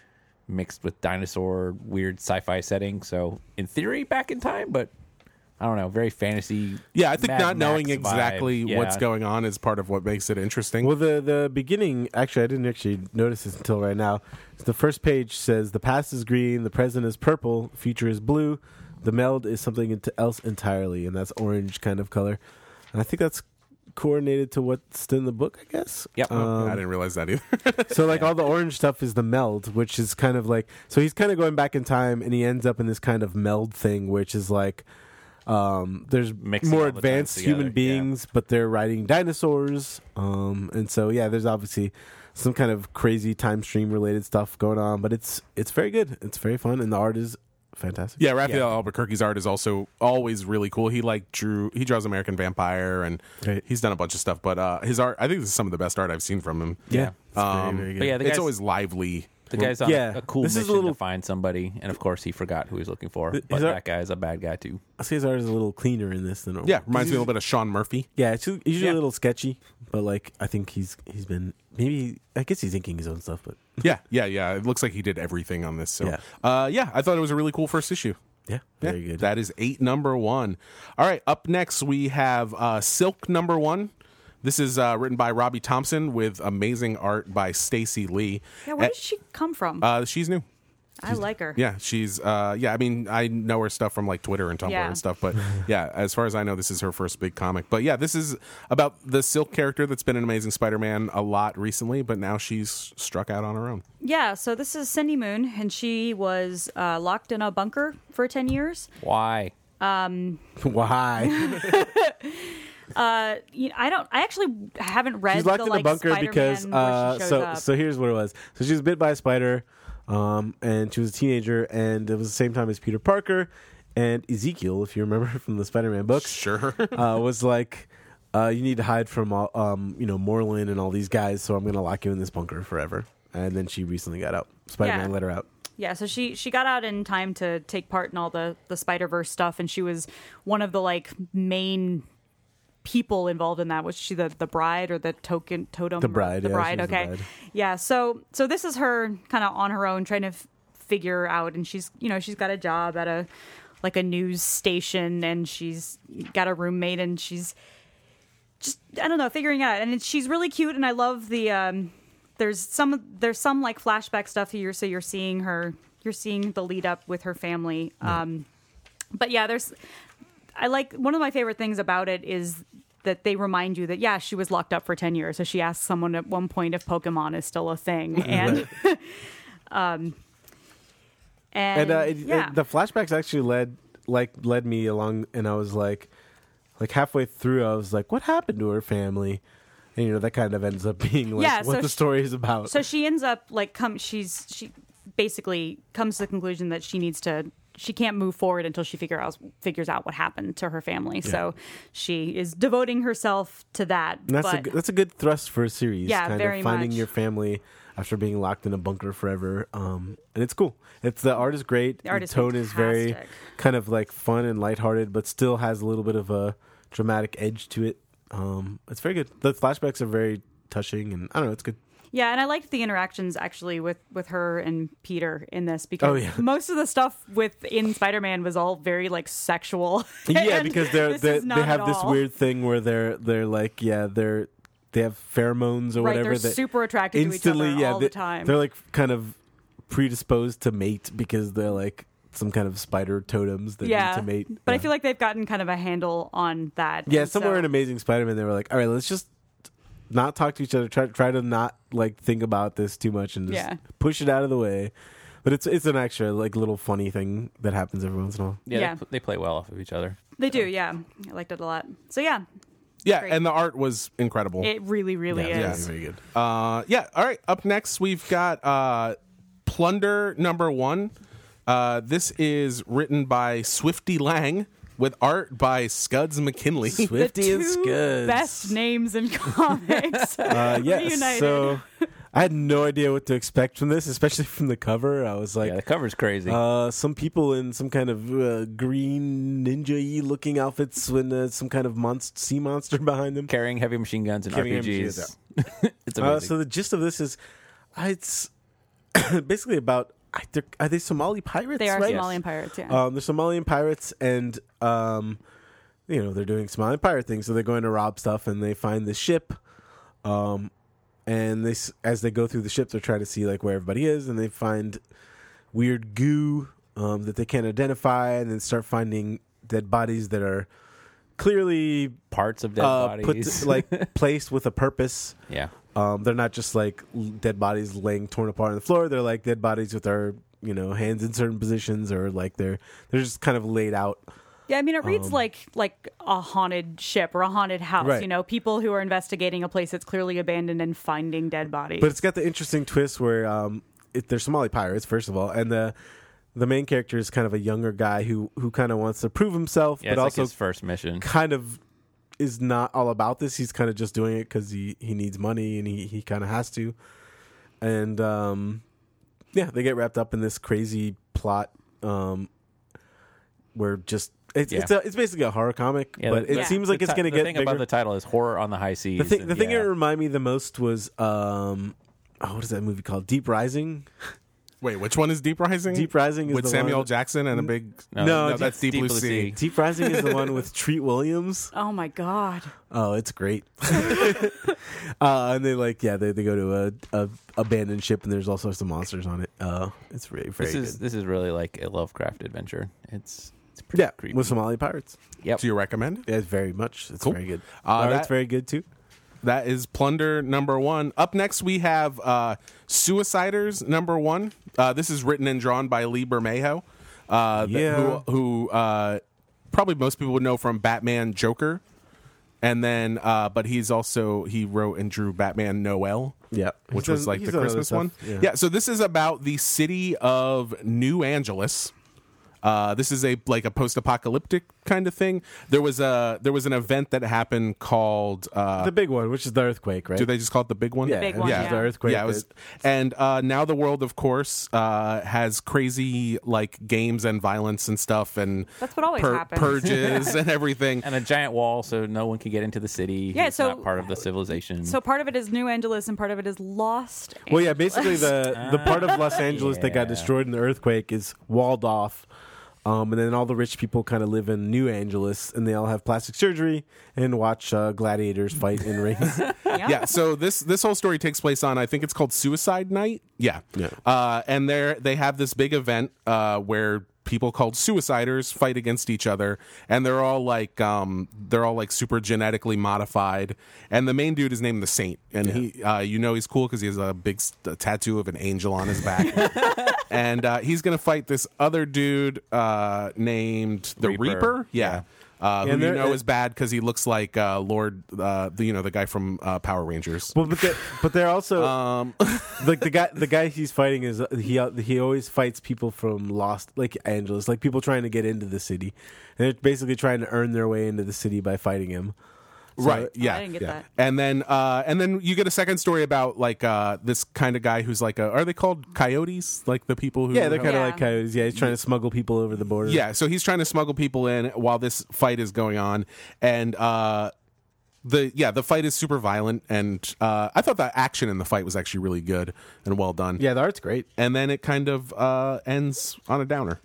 Speaker 4: mixed with dinosaur weird sci-fi setting. So in theory back in time, but I don't know, very fantasy.
Speaker 1: Yeah, I think
Speaker 4: Mad
Speaker 1: not knowing
Speaker 4: Max vibe.
Speaker 1: exactly
Speaker 4: Yeah.
Speaker 1: what's going on is part of what makes it interesting.
Speaker 2: Well, the the beginning. Actually, I didn't actually notice this until right now. The first page says the past is green, the present is purple, the future is blue, the meld is something ent- else entirely, and that's orange kind of color. And I think that's coordinated to what's in the book, I guess. Um,
Speaker 1: I
Speaker 4: Yep.
Speaker 1: didn't realize that either.
Speaker 2: So like all the orange stuff is the meld, which is kind of like so he's kind of going back in time and he ends up in this kind of meld thing, which is like um there's
Speaker 4: Mixing all
Speaker 2: more
Speaker 4: the times
Speaker 2: advanced human
Speaker 4: together, yeah.
Speaker 2: beings, but they're riding dinosaurs. Um and so yeah, there's obviously some kind of crazy time stream related stuff going on, but it's it's very good. It's very fun and the art is fantastic.
Speaker 1: Yeah, Raphael Albuquerque's art is also always really cool. He like drew he draws American Vampire and
Speaker 2: Right.
Speaker 1: he's done a bunch of stuff, but uh his art I think this is some of the best art I've seen from him.
Speaker 2: Yeah. It's
Speaker 1: Um,
Speaker 2: very, very good.
Speaker 4: But yeah, the
Speaker 1: it's
Speaker 4: guy's-
Speaker 1: always lively.
Speaker 4: The guy's on
Speaker 2: Yeah.
Speaker 4: a cool
Speaker 2: This is a
Speaker 4: mission
Speaker 2: little-
Speaker 4: to find somebody, and of course he forgot who he was looking for.
Speaker 2: Th-
Speaker 4: But
Speaker 2: is
Speaker 4: that
Speaker 2: that-
Speaker 4: guy's a bad guy too.
Speaker 2: I see his art is a little cleaner in this than
Speaker 1: Yeah, reminds me a little bit of Sean Murphy.
Speaker 2: Yeah, it's usually
Speaker 4: Yeah.
Speaker 2: a little sketchy, but like I think he's he's been maybe I guess he's inking his own stuff, but
Speaker 1: Yeah, yeah, yeah. It looks like he did everything on this. So
Speaker 2: Yeah.
Speaker 1: uh yeah, I thought it was a really cool first issue.
Speaker 2: yeah,
Speaker 1: Yeah,
Speaker 2: very good.
Speaker 1: That is eight number one. All right, up next we have uh, Silk number one. This is uh, written by Robbie Thompson with amazing art by Stacy Lee.
Speaker 3: Yeah, where
Speaker 1: Uh,
Speaker 3: did she come from?
Speaker 1: uh, she's new.
Speaker 3: I like her.
Speaker 1: Yeah, she's uh yeah, I mean I know her stuff from like Twitter and Tumblr
Speaker 3: Yeah.
Speaker 1: and stuff, but yeah, as far as I know this is her first big comic. But yeah, this is about the Silk character that's been an amazing Spider-Man a lot recently, but now she's struck out on her own.
Speaker 3: Yeah, so this is Cindy Moon, and she was uh, locked in a bunker for 10 years.
Speaker 4: Why?
Speaker 2: Why?
Speaker 3: Uh, you know, I don't, I actually haven't read
Speaker 2: She's locked
Speaker 3: the,
Speaker 2: in
Speaker 3: like,
Speaker 2: the bunker
Speaker 3: Spider-Man
Speaker 2: because
Speaker 3: where
Speaker 2: uh,
Speaker 3: she shows
Speaker 2: so
Speaker 3: up.
Speaker 2: so here's what it was. So she was bit by a spider, um, and she was a teenager, and it was the same time as Peter Parker and Ezekiel, if you remember from the Spider-Man books.
Speaker 1: Sure.
Speaker 2: uh, was like, uh, "You need to hide from all, um, you know Moreland and all these guys, so I'm going to lock you in this bunker forever." And then she recently got out. Spider-Man
Speaker 3: Yeah.
Speaker 2: let her out.
Speaker 3: Yeah, so she she got out in time to take part in all the the Spider Verse stuff, and she was one of the like main people involved in that. Was she the the bride or the token totem?
Speaker 2: The bride,
Speaker 3: the
Speaker 2: yeah, she
Speaker 3: bride.
Speaker 2: was the
Speaker 3: Okay,
Speaker 2: bride.
Speaker 3: yeah. So so this is her kind of on her own trying to f- figure out, and she's you know she's got a job at a like a news station, and she's got a roommate, and she's just I don't know, figuring it out. And it, she's really cute, and I love the um. There's some there's some like flashback stuff here, so you're seeing her, you're seeing the lead up with her family. Um, but yeah, there's I like one of my favorite things about it is that they remind you that yeah, she was locked up for ten years, so she asked someone at one point if Pokemon is still a thing, and um, and,
Speaker 2: and uh, it,
Speaker 3: yeah,
Speaker 2: it- the flashbacks actually led like led me along, and I was like, like halfway through, I was like, what happened to her family? And you know that kind of ends up being like
Speaker 3: Yeah,
Speaker 2: what
Speaker 3: so
Speaker 2: the
Speaker 3: sh-
Speaker 2: story is about.
Speaker 3: So she ends up like come she's she basically comes to the conclusion that she needs to she can't move forward until she figure out figures out what happened to her family. So she is devoting herself to that.
Speaker 2: and that's a
Speaker 3: but
Speaker 2: good- that's a good thrust for a series.
Speaker 3: Yeah,
Speaker 2: kind
Speaker 3: very
Speaker 2: of finding
Speaker 3: much.
Speaker 2: your family after being locked in a bunker forever. Um, and it's cool. It's the art is great.
Speaker 3: The art is
Speaker 2: tone is very
Speaker 3: fantastic.
Speaker 2: kind of like fun and lighthearted, but still has a little bit of a dramatic edge to it. Um, it's very good. The flashbacks are very touching, and I don't know. It's good.
Speaker 3: yeah, and I liked the interactions actually with with her and Peter in this because
Speaker 2: Oh, yeah.
Speaker 3: most of the stuff with in Spider Man was all very like sexual.
Speaker 2: yeah
Speaker 3: And
Speaker 2: because they're,
Speaker 3: this
Speaker 2: they
Speaker 3: is not
Speaker 2: they
Speaker 3: at
Speaker 2: have this
Speaker 3: all.
Speaker 2: weird thing where they're they're like yeah they're they have pheromones or
Speaker 3: Right,
Speaker 2: whatever
Speaker 3: they're
Speaker 2: that
Speaker 3: super attracted to each
Speaker 2: instantly
Speaker 3: other
Speaker 2: yeah
Speaker 3: all
Speaker 2: they,
Speaker 3: the time.
Speaker 2: they're like kind of predisposed to mate because they're like some kind of spider totems that
Speaker 3: yeah.
Speaker 2: need to mate
Speaker 3: But I feel like they've gotten kind of a handle on that.
Speaker 2: yeah
Speaker 3: And
Speaker 2: somewhere
Speaker 3: so-
Speaker 2: in Amazing Spider-Man they were like all right let's just not talk to each other try try to not like think about this too much and just
Speaker 3: Yeah.
Speaker 2: push it out of the way but it's it's an extra like little funny thing that happens every once in a while
Speaker 4: Yeah,
Speaker 3: Yeah.
Speaker 4: They, pl- they play well off of each other.
Speaker 3: they
Speaker 2: Oh.
Speaker 3: do. Yeah, I liked it a lot. So yeah,
Speaker 1: yeah,
Speaker 3: Great.
Speaker 1: and the art was incredible.
Speaker 3: it really, really
Speaker 2: yeah,
Speaker 3: is.
Speaker 2: very good
Speaker 1: Uh, yeah. All right. Up next, we've got uh, Plunder Number One. Uh, this is written by Swifty Lang with art by Scuds McKinley.
Speaker 2: Swifty
Speaker 3: the two
Speaker 2: and Scuds.
Speaker 3: best names in comics.
Speaker 2: Uh, yes.
Speaker 3: Reunited.
Speaker 2: So I had no idea what to expect from this, especially from the cover. I was like,
Speaker 4: Yeah, the cover's crazy.
Speaker 2: uh, some people in some kind of uh, green ninja-y looking outfits with uh, some kind of monst- sea monster behind them.
Speaker 4: Carrying heavy machine guns and
Speaker 2: Carrying
Speaker 4: RPGs.
Speaker 2: heavy machine guns,
Speaker 4: it's
Speaker 2: Uh,
Speaker 4: amazing.
Speaker 2: so the gist of this is, uh, it's basically about I, they're- are they Somali pirates?
Speaker 3: They are
Speaker 2: right?
Speaker 3: Somalian pirates. Yeah.
Speaker 2: Um, they're Somalian pirates, and um, you know they're doing Somalian pirate things. So they're going to rob stuff, and they find this ship. Um, and they, s- as they go through the ship, they're trying to see like where everybody is, and they find weird goo um, that they can't identify, and then start finding dead bodies that are clearly
Speaker 4: Parts of dead
Speaker 2: uh, put
Speaker 4: bodies.
Speaker 2: like placed with a purpose.
Speaker 4: yeah.
Speaker 2: Um, they're not just like l- dead bodies laying torn apart on the floor. They're like dead bodies with their you know hands in certain positions or like they're they're just kind of laid out.
Speaker 3: Yeah, I mean, it reads like like a haunted ship or a haunted house.
Speaker 2: um, Right.
Speaker 3: You know, people who are investigating a place that's clearly abandoned and finding dead bodies.
Speaker 2: But it's got the interesting twist where um, it, they're Somali pirates first of all, and the the main character is kind of a younger guy who who kind of wants to prove himself,
Speaker 4: Yeah, it's
Speaker 2: but
Speaker 4: like
Speaker 2: also
Speaker 4: his first mission.
Speaker 2: kind of is not all about this. He's kind of just doing it because he he needs money and he he kind of has to. And um, yeah, they get wrapped up in this crazy plot um, where just it's
Speaker 4: Yeah.
Speaker 2: it's, a, it's basically a horror comic,
Speaker 4: Yeah,
Speaker 2: but
Speaker 4: the-
Speaker 2: it
Speaker 4: the-
Speaker 2: seems like
Speaker 4: the
Speaker 2: it's
Speaker 4: ti-
Speaker 2: going to
Speaker 4: the
Speaker 2: get
Speaker 4: thing
Speaker 2: bigger.
Speaker 4: about the title is horror on the high seas.
Speaker 2: the thing
Speaker 4: and
Speaker 2: the thing
Speaker 4: yeah.
Speaker 2: that reminded me the most was um, oh, what is that movie called? Deep Rising.
Speaker 1: Wait, which one is Deep Rising?
Speaker 2: Deep Rising is
Speaker 1: with
Speaker 2: the
Speaker 1: Samuel
Speaker 2: one-
Speaker 1: Jackson and a big.
Speaker 2: No,
Speaker 1: no,
Speaker 2: Deep-
Speaker 1: that's Deep, Blue Sea.
Speaker 2: Deep Rising is the one with Treat Williams.
Speaker 3: oh my god!
Speaker 2: Oh, it's great. uh, and they like, yeah, they, they go to a, a abandoned ship, and there's all sorts of monsters on it. Uh, it's really very
Speaker 4: This is
Speaker 2: good.
Speaker 4: this is really like a Lovecraft adventure. It's it's pretty
Speaker 2: Yeah,
Speaker 4: creepy.
Speaker 2: with Somali pirates.
Speaker 4: yep.
Speaker 1: Do you recommend? it?
Speaker 2: Yeah, it's very much. It's
Speaker 1: Cool.
Speaker 2: very good.
Speaker 1: Uh,
Speaker 2: Uh,
Speaker 1: that-
Speaker 2: it's very good too.
Speaker 1: That is Plunder number one. Up next, we have uh, Suiciders number one. Uh, this is written and drawn by Lee Bermejo, uh, th-
Speaker 2: Yeah.
Speaker 1: who, who uh, probably most people would know from Batman Joker. And then, uh, but he's also, he wrote and drew Batman Noel.
Speaker 2: Yeah,
Speaker 1: which
Speaker 2: He's
Speaker 1: was
Speaker 2: done-
Speaker 1: like
Speaker 2: he's
Speaker 1: the
Speaker 2: done other
Speaker 1: Christmas
Speaker 2: stuff.
Speaker 1: one.
Speaker 2: Yeah.
Speaker 1: Yeah. so this is about the city of New Angeles. Uh, this is a like a post-apocalyptic kind of thing. There was a there was an event that happened called uh,
Speaker 2: the big one, which is the earthquake, right?
Speaker 1: do they just call it the big one?
Speaker 2: yeah,
Speaker 3: big
Speaker 2: which
Speaker 3: one,
Speaker 2: is
Speaker 3: yeah.
Speaker 2: the earthquake.
Speaker 1: Yeah, it was,
Speaker 2: that-
Speaker 1: and uh, now the world, of course, uh, has crazy like games and violence and stuff, and
Speaker 3: That's what always happens.
Speaker 1: purges and everything.
Speaker 4: And a giant wall, so no one can get into the city.
Speaker 3: Yeah,
Speaker 4: It's
Speaker 3: so-
Speaker 4: not part of the civilization.
Speaker 3: So part of it is New Angeles and part of it is Lost.
Speaker 2: well, yeah, basically the the part of Los Angeles that got
Speaker 4: Yeah.
Speaker 2: destroyed in the earthquake is walled off. Um, and then all the rich people kind of live in New Angeles, and they all have plastic surgery and watch uh, gladiators fight in rings.
Speaker 3: Yeah.
Speaker 1: yeah. So this this whole story takes place on I think it's called Suicide Night. Yeah.
Speaker 2: Yeah.
Speaker 1: Uh, and there they have this big event uh, where people called suiciders fight against each other, and they're all like um, they're all like super genetically modified. And the main dude is named the Saint, and he uh, you know he's cool because he has a big s- a tattoo of an angel on his back. and uh, he's gonna fight this other dude uh, named the
Speaker 4: Reaper.
Speaker 1: Reaper. Yeah. Uh,
Speaker 2: And
Speaker 1: who you
Speaker 2: there-
Speaker 1: know is bad because he looks like uh, Lord, uh, the, you know, the guy from uh, Power Rangers. Um,
Speaker 2: Well, but they're, but they're also
Speaker 1: Uh.
Speaker 2: like the guy. The guy he's fighting is he. He always fights people from Lost, like Angeles, like people trying to get into the city, and they're basically trying to earn their way into the city by fighting him. Oh,
Speaker 1: right? Yeah.
Speaker 3: didn't get
Speaker 1: yeah.
Speaker 3: that.
Speaker 1: And then, uh, and then you get a second story about like uh, this kind of guy who's like, a, are they called coyotes? Like the people who
Speaker 2: Yeah, they're kind of
Speaker 3: Yeah.
Speaker 2: like coyotes. Yeah, he's trying to smuggle people over the border.
Speaker 1: Yeah, so he's trying to smuggle people in while this fight is going on, and uh, the yeah the fight is super violent, and uh, I thought the action in the fight was actually really good and well done.
Speaker 2: yeah, the art's great.
Speaker 1: and then it kind of uh, ends on a downer.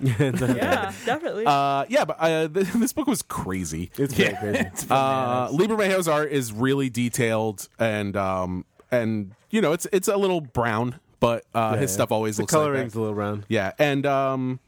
Speaker 3: Yeah, definitely.
Speaker 1: Uh, yeah, but uh, th- this book was crazy.
Speaker 2: It's pretty crazy.
Speaker 1: Uh, Lieber Mayo's art is really detailed and um and you know it's it's a little brown, but uh, his
Speaker 2: Yeah.
Speaker 1: stuff always
Speaker 2: the
Speaker 1: looks
Speaker 2: coloring's
Speaker 1: like that.
Speaker 2: a little round.
Speaker 1: yeah, and um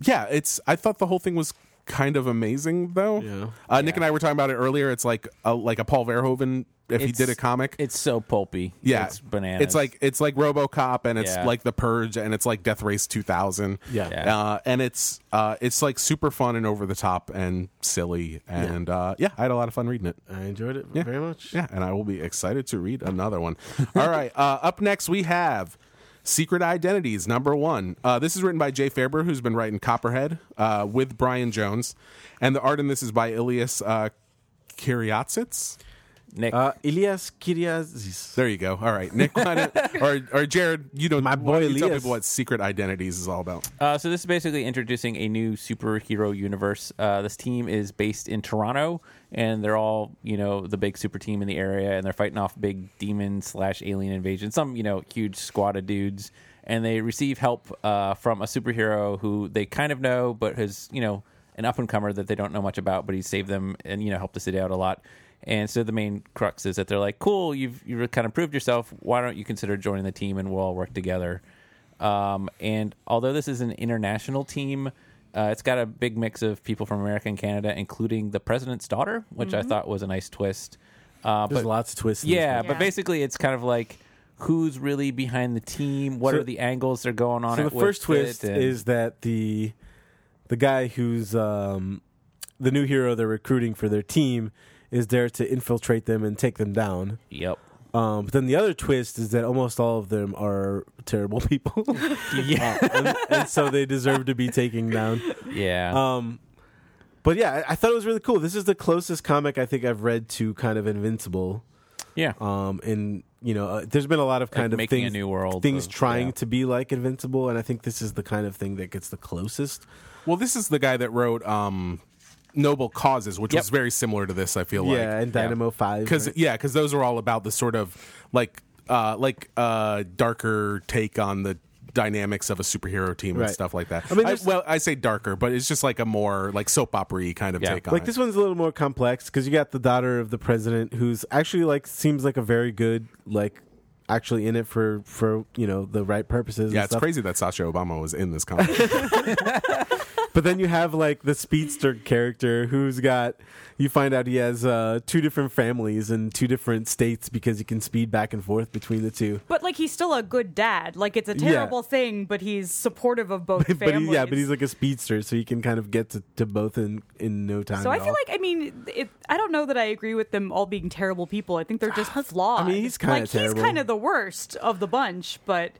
Speaker 1: yeah, it's I thought the whole thing was kind of amazing though.
Speaker 2: Yeah.
Speaker 1: Uh, Nick and I were talking about it earlier. It's like a, like a Paul Verhoeven if he
Speaker 4: It's-
Speaker 1: did a comic.
Speaker 4: It's so pulpy.
Speaker 1: yeah,
Speaker 4: It's bananas.
Speaker 1: It's like it's like RoboCop, and it's
Speaker 4: Yeah.
Speaker 1: like The Purge, and it's like Death Race 2000.
Speaker 2: Yeah.
Speaker 4: Yeah.
Speaker 1: Uh, and it's uh, it's like super fun and over the top and silly, and uh, yeah, I had a lot of fun reading it.
Speaker 2: I enjoyed it very much.
Speaker 1: Yeah, and I will be excited to read another one. All right, uh, up next we have Secret Identities, number one. Uh, this is written by Jay Fairber, who's been writing Copperhead uh, with Brian Jones, and the art in this is by Ilias uh, Kiriatsits.
Speaker 4: Nick.
Speaker 2: Uh, Elias Kiriazis.
Speaker 1: There you go. All right, Nick, why don't- or or Jared, you know, my
Speaker 2: boy
Speaker 1: you tell
Speaker 2: Elias.
Speaker 1: people what Secret Identities is all about.
Speaker 4: Uh, so this is basically introducing a new superhero universe. Uh, this team is based in Toronto, and they're all you know the big super team in the area, and they're fighting off big demon slash alien invasion. Some you know huge squad of dudes, and they receive help uh, from a superhero who they kind of know, but has you know an up and comer that they don't know much about, but he saved them and you know helped the city out a lot. And so the main crux is that they're like, "Cool, you've you've kind of proved yourself. Why don't you consider joining the team and we'll all work together?" Um, and although this is an international team, uh, it's got a big mix of people from America and Canada, including the president's daughter, which I thought was a nice twist. Uh,
Speaker 2: There's
Speaker 4: but
Speaker 2: lots of twists. in this
Speaker 4: yeah,
Speaker 2: movie.
Speaker 4: but
Speaker 3: Yeah.
Speaker 4: basically, it's kind of like who's really behind the team? What
Speaker 2: So-
Speaker 4: are the angles they're going on?
Speaker 2: So
Speaker 4: it
Speaker 2: the first
Speaker 4: with it,
Speaker 2: twist
Speaker 4: and-
Speaker 2: is that the the guy who's um, the new hero they're recruiting for their team is there to infiltrate them and take them down.
Speaker 4: yep.
Speaker 2: Um, but then the other twist is that almost all of them are terrible people, Uh,
Speaker 4: Yeah,
Speaker 2: and, and so they deserve to be taken down.
Speaker 4: yeah,
Speaker 2: Um, but yeah, I, I thought it was really cool. This is the closest comic I think I've read to kind of Invincible.
Speaker 4: yeah.
Speaker 2: Um, and you know, uh, there's been a lot of kind of
Speaker 4: making a
Speaker 2: things,
Speaker 4: new world
Speaker 2: things
Speaker 4: of-
Speaker 2: trying
Speaker 4: yeah.
Speaker 2: to be like Invincible, and I think this is the kind of thing that gets the closest.
Speaker 1: Well, this is the guy that wrote um, Noble Causes, which
Speaker 4: Yep.
Speaker 1: was very similar to this. I feel like
Speaker 2: yeah, and Dynamo Five.
Speaker 1: because yeah, because those are all about the sort of like uh, like uh, darker take on the dynamics of a superhero team
Speaker 2: Right.
Speaker 1: and stuff like that.
Speaker 2: I
Speaker 1: I
Speaker 2: mean,
Speaker 1: mean,
Speaker 2: there's-
Speaker 1: well, I say darker, but it's just like a more like soap opera kind of
Speaker 4: Yeah.
Speaker 1: take on
Speaker 2: like
Speaker 1: it.
Speaker 2: this one's a little more complex because you got the daughter of the president who's actually like seems like a very good like actually in it for for you know the right purposes.
Speaker 1: yeah,
Speaker 2: and
Speaker 1: it's
Speaker 2: stuff.
Speaker 1: crazy that Sasha Obama was in this comic.
Speaker 2: But then you have like the speedster character who's got you find out he has uh, two different families in two different states because he can speed back and forth between the two.
Speaker 3: But like he's still a good dad. Like it's a
Speaker 2: Yeah.
Speaker 3: terrible thing, but he's supportive of both
Speaker 2: but
Speaker 3: families.
Speaker 2: he, yeah, but he's like a speedster, so he can kind of get to, to both in in no time.
Speaker 3: so I
Speaker 2: at
Speaker 3: feel
Speaker 2: all.
Speaker 3: like I mean, it, I don't know that I agree with them all being terrible people. I think they're just flawed.
Speaker 2: I mean, he's kinda
Speaker 3: like
Speaker 2: terrible.
Speaker 3: he's kind of the worst of the bunch. But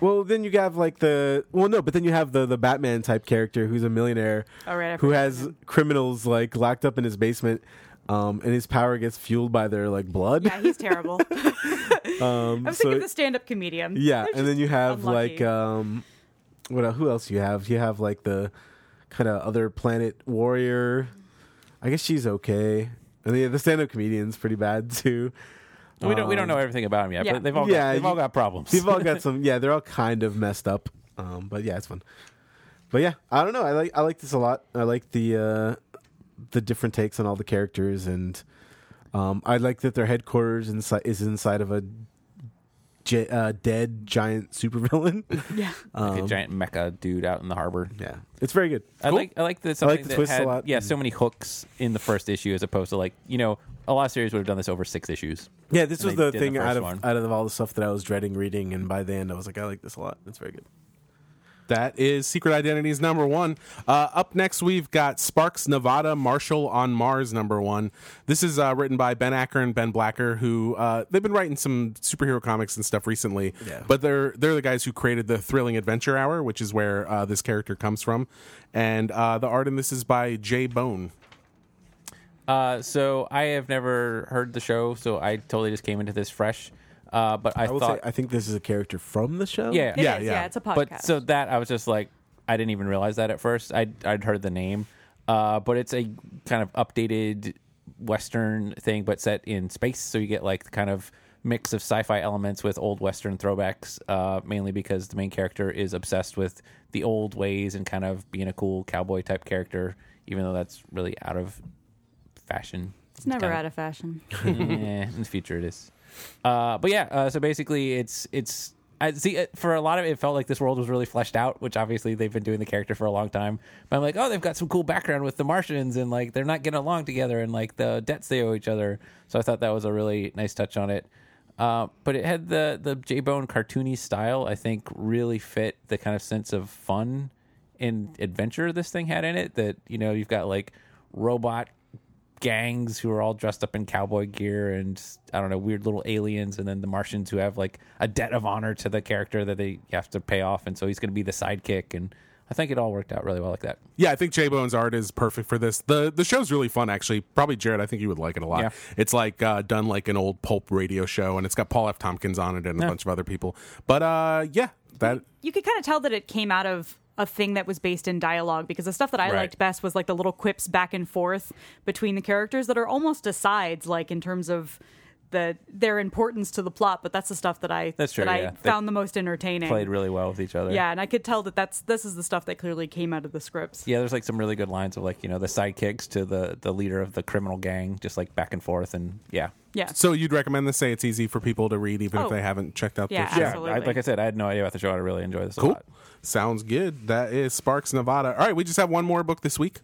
Speaker 2: Well, then you have like the well, no, but then you have the the Batman type character who's a millionaire
Speaker 3: All Oh, right, I
Speaker 2: who
Speaker 3: forgot
Speaker 2: has criminals like locked up in his basement, um, and his power gets fueled by their like blood.
Speaker 3: yeah, he's terrible.
Speaker 2: Um,
Speaker 3: I'm
Speaker 2: so-
Speaker 3: thinking of the stand-up comedian.
Speaker 2: yeah,
Speaker 3: They're
Speaker 2: and then
Speaker 3: just
Speaker 2: you have
Speaker 3: unlucky.
Speaker 2: like um, what el- who else you have? You have like the kind of other planet warrior. I guess she's okay, and the, the stand up comedian's pretty bad too.
Speaker 4: we don't we don't
Speaker 2: um,
Speaker 4: know everything about them yet,
Speaker 3: yeah.
Speaker 4: but they've all
Speaker 2: Yeah,
Speaker 4: got, they've
Speaker 2: you-
Speaker 4: all got problems.
Speaker 2: They've all got some. Yeah, they're all kind of messed up. Um, but yeah, it's fun. But yeah, I don't know. I like I like this a lot. I like the uh, the different takes on all the characters, and um, I like that their headquarters inside is inside of a gi- uh, dead giant supervillain.
Speaker 3: yeah.
Speaker 2: Uh,
Speaker 4: like
Speaker 2: Um,
Speaker 4: a giant mecha dude out in the harbor.
Speaker 2: yeah, it's very good.
Speaker 4: I like I like that something
Speaker 2: the
Speaker 4: that
Speaker 2: twist a
Speaker 4: had,
Speaker 2: lot.
Speaker 4: yeah so many hooks in the first issue as opposed to like you know a lot of series would have done this over six issues.
Speaker 2: Yeah, this
Speaker 4: And
Speaker 2: was
Speaker 4: they
Speaker 2: the
Speaker 4: did the
Speaker 2: thing out
Speaker 4: first
Speaker 2: of
Speaker 4: one.
Speaker 2: out of all the stuff that I was dreading reading, and by the end I was like, I like this a lot. It's very good.
Speaker 1: That is Secret Identities number one. Uh, up next, we've got Sparks Nevada Marshall on Mars number one. This is uh, written by Ben Acker and Ben Blacker, who uh, they've been writing some superhero comics and stuff recently.
Speaker 2: Yeah.
Speaker 1: But they're they're the guys who created the Thrilling Adventure Hour, which is where uh, this character comes from. And uh, the art in this is by Jay Bone.
Speaker 4: Uh, so I have never heard the show, so I totally just came into this fresh. Uh, but I,
Speaker 2: I will
Speaker 4: thought
Speaker 2: say, I think this is a character from the show.
Speaker 4: yeah
Speaker 3: It is,
Speaker 1: Yeah,
Speaker 3: yeah,
Speaker 1: yeah.
Speaker 3: It's a podcast.
Speaker 4: But so that I was just like, I didn't even realize that at first. I I'd heard the name, uh, but it's a kind of updated Western thing, but set in space. So you get like the kind of mix of sci-fi elements with old Western throwbacks, uh, mainly because the main character is obsessed with the old ways and kind of being a cool cowboy type character, even though that's really out of fashion.
Speaker 3: it's never
Speaker 4: kind of-
Speaker 3: out of fashion.
Speaker 4: yeah, in the future it is. Uh, but yeah, uh, so basically it's it's I see uh, for a lot of it, it felt like this world was really fleshed out, which obviously they've been doing the character for a long time. But I'm like, oh, they've got some cool background with the Martians and like they're not getting along together and like the debts they owe each other. So I thought that was a really nice touch on it. Uh, but it had the the J Bone cartoony style. I think really fit the kind of sense of fun and adventure this thing had in it. That you know you've got like robot gangs who are all dressed up in cowboy gear and I don't know weird little aliens, and then the Martians who have like a debt of honor to the character that they have to pay off, and so he's going to be the sidekick. And I think it all worked out really well like that.
Speaker 1: Yeah, I think Jay Bone's art is perfect for this. the The show's really fun, actually. Probably Jared, I think you would like it a lot.
Speaker 4: Yeah.
Speaker 1: It's like uh, done like an old pulp radio show, and it's got Paul F. Tompkins on it and a bunch of other people. But uh, yeah, that
Speaker 3: you could kind of tell that it came out of a thing that was based in dialogue because the stuff that I
Speaker 4: Right.
Speaker 3: liked best was like the little quips back and forth between the characters that are almost asides, like in terms of the their importance to the plot, but that's the stuff that I
Speaker 4: That's true,
Speaker 3: that
Speaker 4: yeah.
Speaker 3: I
Speaker 4: They
Speaker 3: found the most entertaining.
Speaker 4: Played really well with each other.
Speaker 3: yeah, and I could tell that that's this is the stuff that clearly came out of the scripts.
Speaker 4: Yeah, there's like some really good lines of like, you know, the sidekicks to the the leader of the criminal gang, just like back and forth and yeah.
Speaker 3: Yeah.
Speaker 1: So you'd recommend this? Say it's easy for people to read, even if
Speaker 3: Oh.
Speaker 1: they haven't checked out
Speaker 3: Yeah,
Speaker 1: the show.
Speaker 3: absolutely.
Speaker 4: I, like I said, I had no idea about the show. I really enjoy this a
Speaker 1: Cool.
Speaker 4: lot.
Speaker 1: Sounds good. That is Sparks Nevada. All right, we just have one more book this week,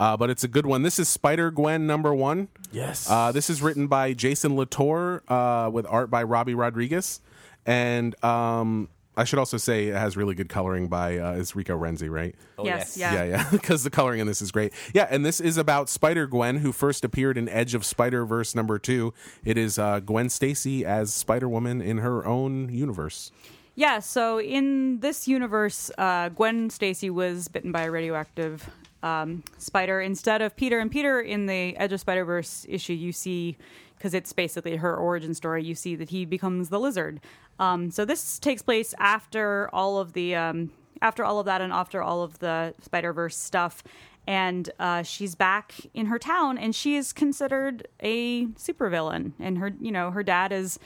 Speaker 1: uh, but it's a good one. This is Spider Gwen number one.
Speaker 2: Yes.
Speaker 1: Uh, this is written by Jason Latour uh, with art by Robbie Rodriguez, and um, I should also say it has really good coloring by uh, is Rico Renzi, right?
Speaker 3: yes,
Speaker 4: yes.
Speaker 3: Yeah.
Speaker 1: yeah, yeah, because the coloring in this is great. Yeah, and this is about Spider Gwen, who first appeared in Edge of Spider Verse number two. It is uh, Gwen Stacy as Spider Woman in her own universe.
Speaker 3: Yeah, so in this universe, uh, Gwen Stacy was bitten by a radioactive um, spider instead of Peter. And Peter, in the Edge of Spider Verse issue, you see, because it's basically her origin story, you see that he becomes the lizard. Um, so this takes place after all of the. Um, after all of that, and after all of the Spider Verse stuff, and uh, she's back in her town, and she is considered a supervillain. And her, you know, her dad is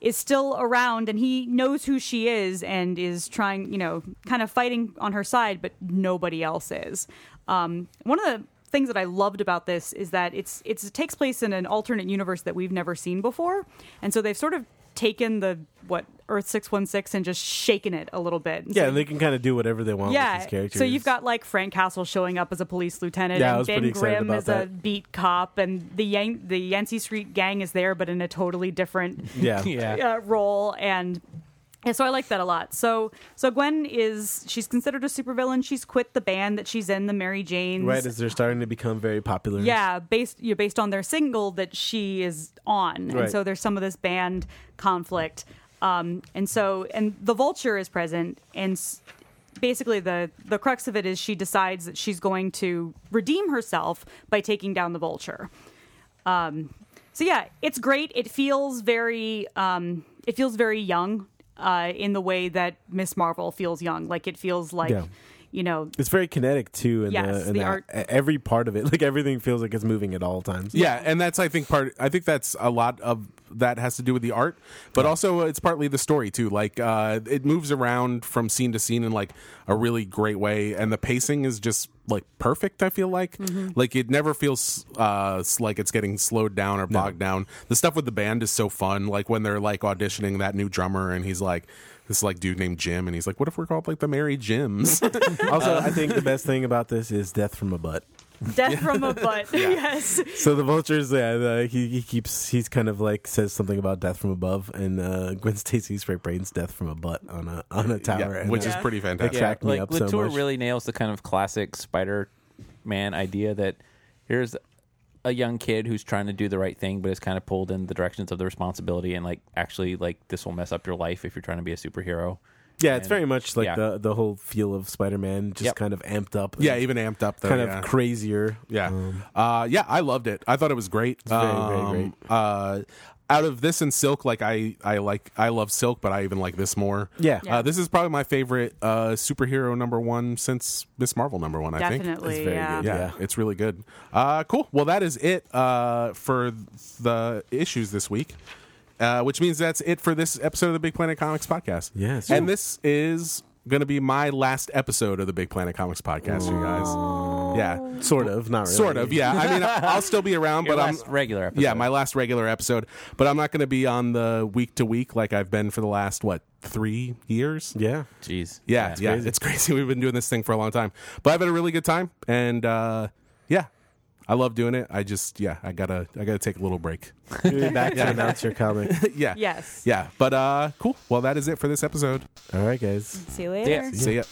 Speaker 3: is still around and he knows who she is and is trying, you know, kind of fighting on her side, but nobody else is. Um, one of the things that I loved about this is that it's it's it takes place in an alternate universe that we've never seen before, and so they've sort of taken the what Earth six one six and just shaken it a little bit.
Speaker 2: yeah, they can kind of do whatever they want with
Speaker 3: Yeah,
Speaker 2: these characters.
Speaker 3: so you've got like Frank Castle showing up as a police lieutenant,
Speaker 2: Yeah, I
Speaker 3: and
Speaker 2: was pretty
Speaker 3: Ben
Speaker 2: excited
Speaker 3: Grimm
Speaker 2: about
Speaker 3: as a
Speaker 2: that.
Speaker 3: beat cop, and the Yan- the Yancey Street gang is there, but in a totally different
Speaker 2: yeah.
Speaker 4: Yeah.
Speaker 3: uh, role and yeah, so I like that a lot. So so Gwen is she's considered a supervillain. She's quit the band that she's in, the Mary Janes.
Speaker 2: Right as they're starting to become very popular.
Speaker 3: yeah, based you know, based on their single that she is on.
Speaker 2: Right.
Speaker 3: And so there's some of this band conflict. Um, and so and the vulture is present and s- basically the the crux of it is she decides that she's going to redeem herself by taking down the vulture. Um, So yeah, it's great. It feels very um it feels very young uh in the way that Miss Marvel feels young. Like it feels like
Speaker 2: Yeah.
Speaker 3: you know
Speaker 2: It's very kinetic too, and
Speaker 3: Yes,
Speaker 2: the, and
Speaker 3: the
Speaker 2: the-
Speaker 3: art-
Speaker 2: every part of it, like everything feels like it's moving at all times.
Speaker 1: Yeah, and that's I think part. I think that's a lot of that has to do with the art, but also it's partly the story too. Like uh, it moves around from scene to scene in like a really great way, and the pacing is just like perfect. I feel like like it never feels uh, s- like it's getting slowed down or bogged down. The stuff with the band is so fun. Like when they're like auditioning that new drummer, and he's like this like dude named Jim, and he's like, "What if we're called like the Mary Jims?" Uh.
Speaker 2: Also, I think the best thing about this is death from a butt.
Speaker 3: death from a butt. yes.
Speaker 2: So the vultures, yeah, the, he, he keeps he's kind of like says something about death from above, and uh, Gwen Stacy's straight brains death from a butt on a on a tower,
Speaker 1: yeah,
Speaker 2: and uh,
Speaker 1: which is
Speaker 3: Yeah.
Speaker 1: pretty fantastic.
Speaker 2: cracked me
Speaker 4: like,
Speaker 2: up so
Speaker 4: Latour
Speaker 2: much.
Speaker 4: really nails the kind of classic Spider Man idea that here's a young kid who's trying to do the right thing but is kind of pulled in the directions of the responsibility and like actually like this will mess up your life if you're trying to be a superhero.
Speaker 2: yeah, it's very much like
Speaker 4: yeah.
Speaker 2: the the whole feel of Spider Man, just
Speaker 4: Yep.
Speaker 2: kind of amped up,
Speaker 1: Yeah,
Speaker 2: and
Speaker 1: even amped up. Though,
Speaker 2: kind
Speaker 1: yeah.
Speaker 2: of crazier.
Speaker 1: Yeah. uh, yeah, I loved it. I thought it was great.
Speaker 2: Um, very, very great.
Speaker 1: Uh, out of this and Silk, like I, I like, I love Silk, but I even like this more.
Speaker 2: Yeah.
Speaker 1: Uh, this is probably my favorite uh, superhero number one since Miss Marvel number one. I think.
Speaker 3: Definitely.
Speaker 2: It's very
Speaker 3: yeah.
Speaker 2: good.
Speaker 1: Yeah,
Speaker 2: Yeah.
Speaker 1: it's really good. Uh, cool. Well, that is it uh, for the issues this week, uh, which means that's it for this episode of the Big Planet Comics podcast.
Speaker 2: Yes.
Speaker 1: and this is going to be my last episode of the Big Planet Comics podcast, you guys. Yeah,
Speaker 2: Sort of, not really.
Speaker 1: Sort of, yeah. I mean, I- I'll still be around,
Speaker 4: Your
Speaker 1: but I'm
Speaker 4: last regular episode.
Speaker 1: yeah, my last regular episode. But I'm not going to be on the week to week like I've been for the last what three years.
Speaker 2: Yeah.
Speaker 4: Jeez.
Speaker 1: Yeah, yeah, it's crazy. We've been doing this thing for a long time, but I've had a really good time, and uh, yeah, I love doing it. I just yeah, I gotta I gotta take a little break.
Speaker 2: You're back to announce your comic.
Speaker 1: yeah,
Speaker 3: Yes.
Speaker 1: yeah. But uh, cool. Well, that is it for this episode.
Speaker 2: All right, guys.
Speaker 3: See you later.
Speaker 4: Yeah.
Speaker 1: See ya.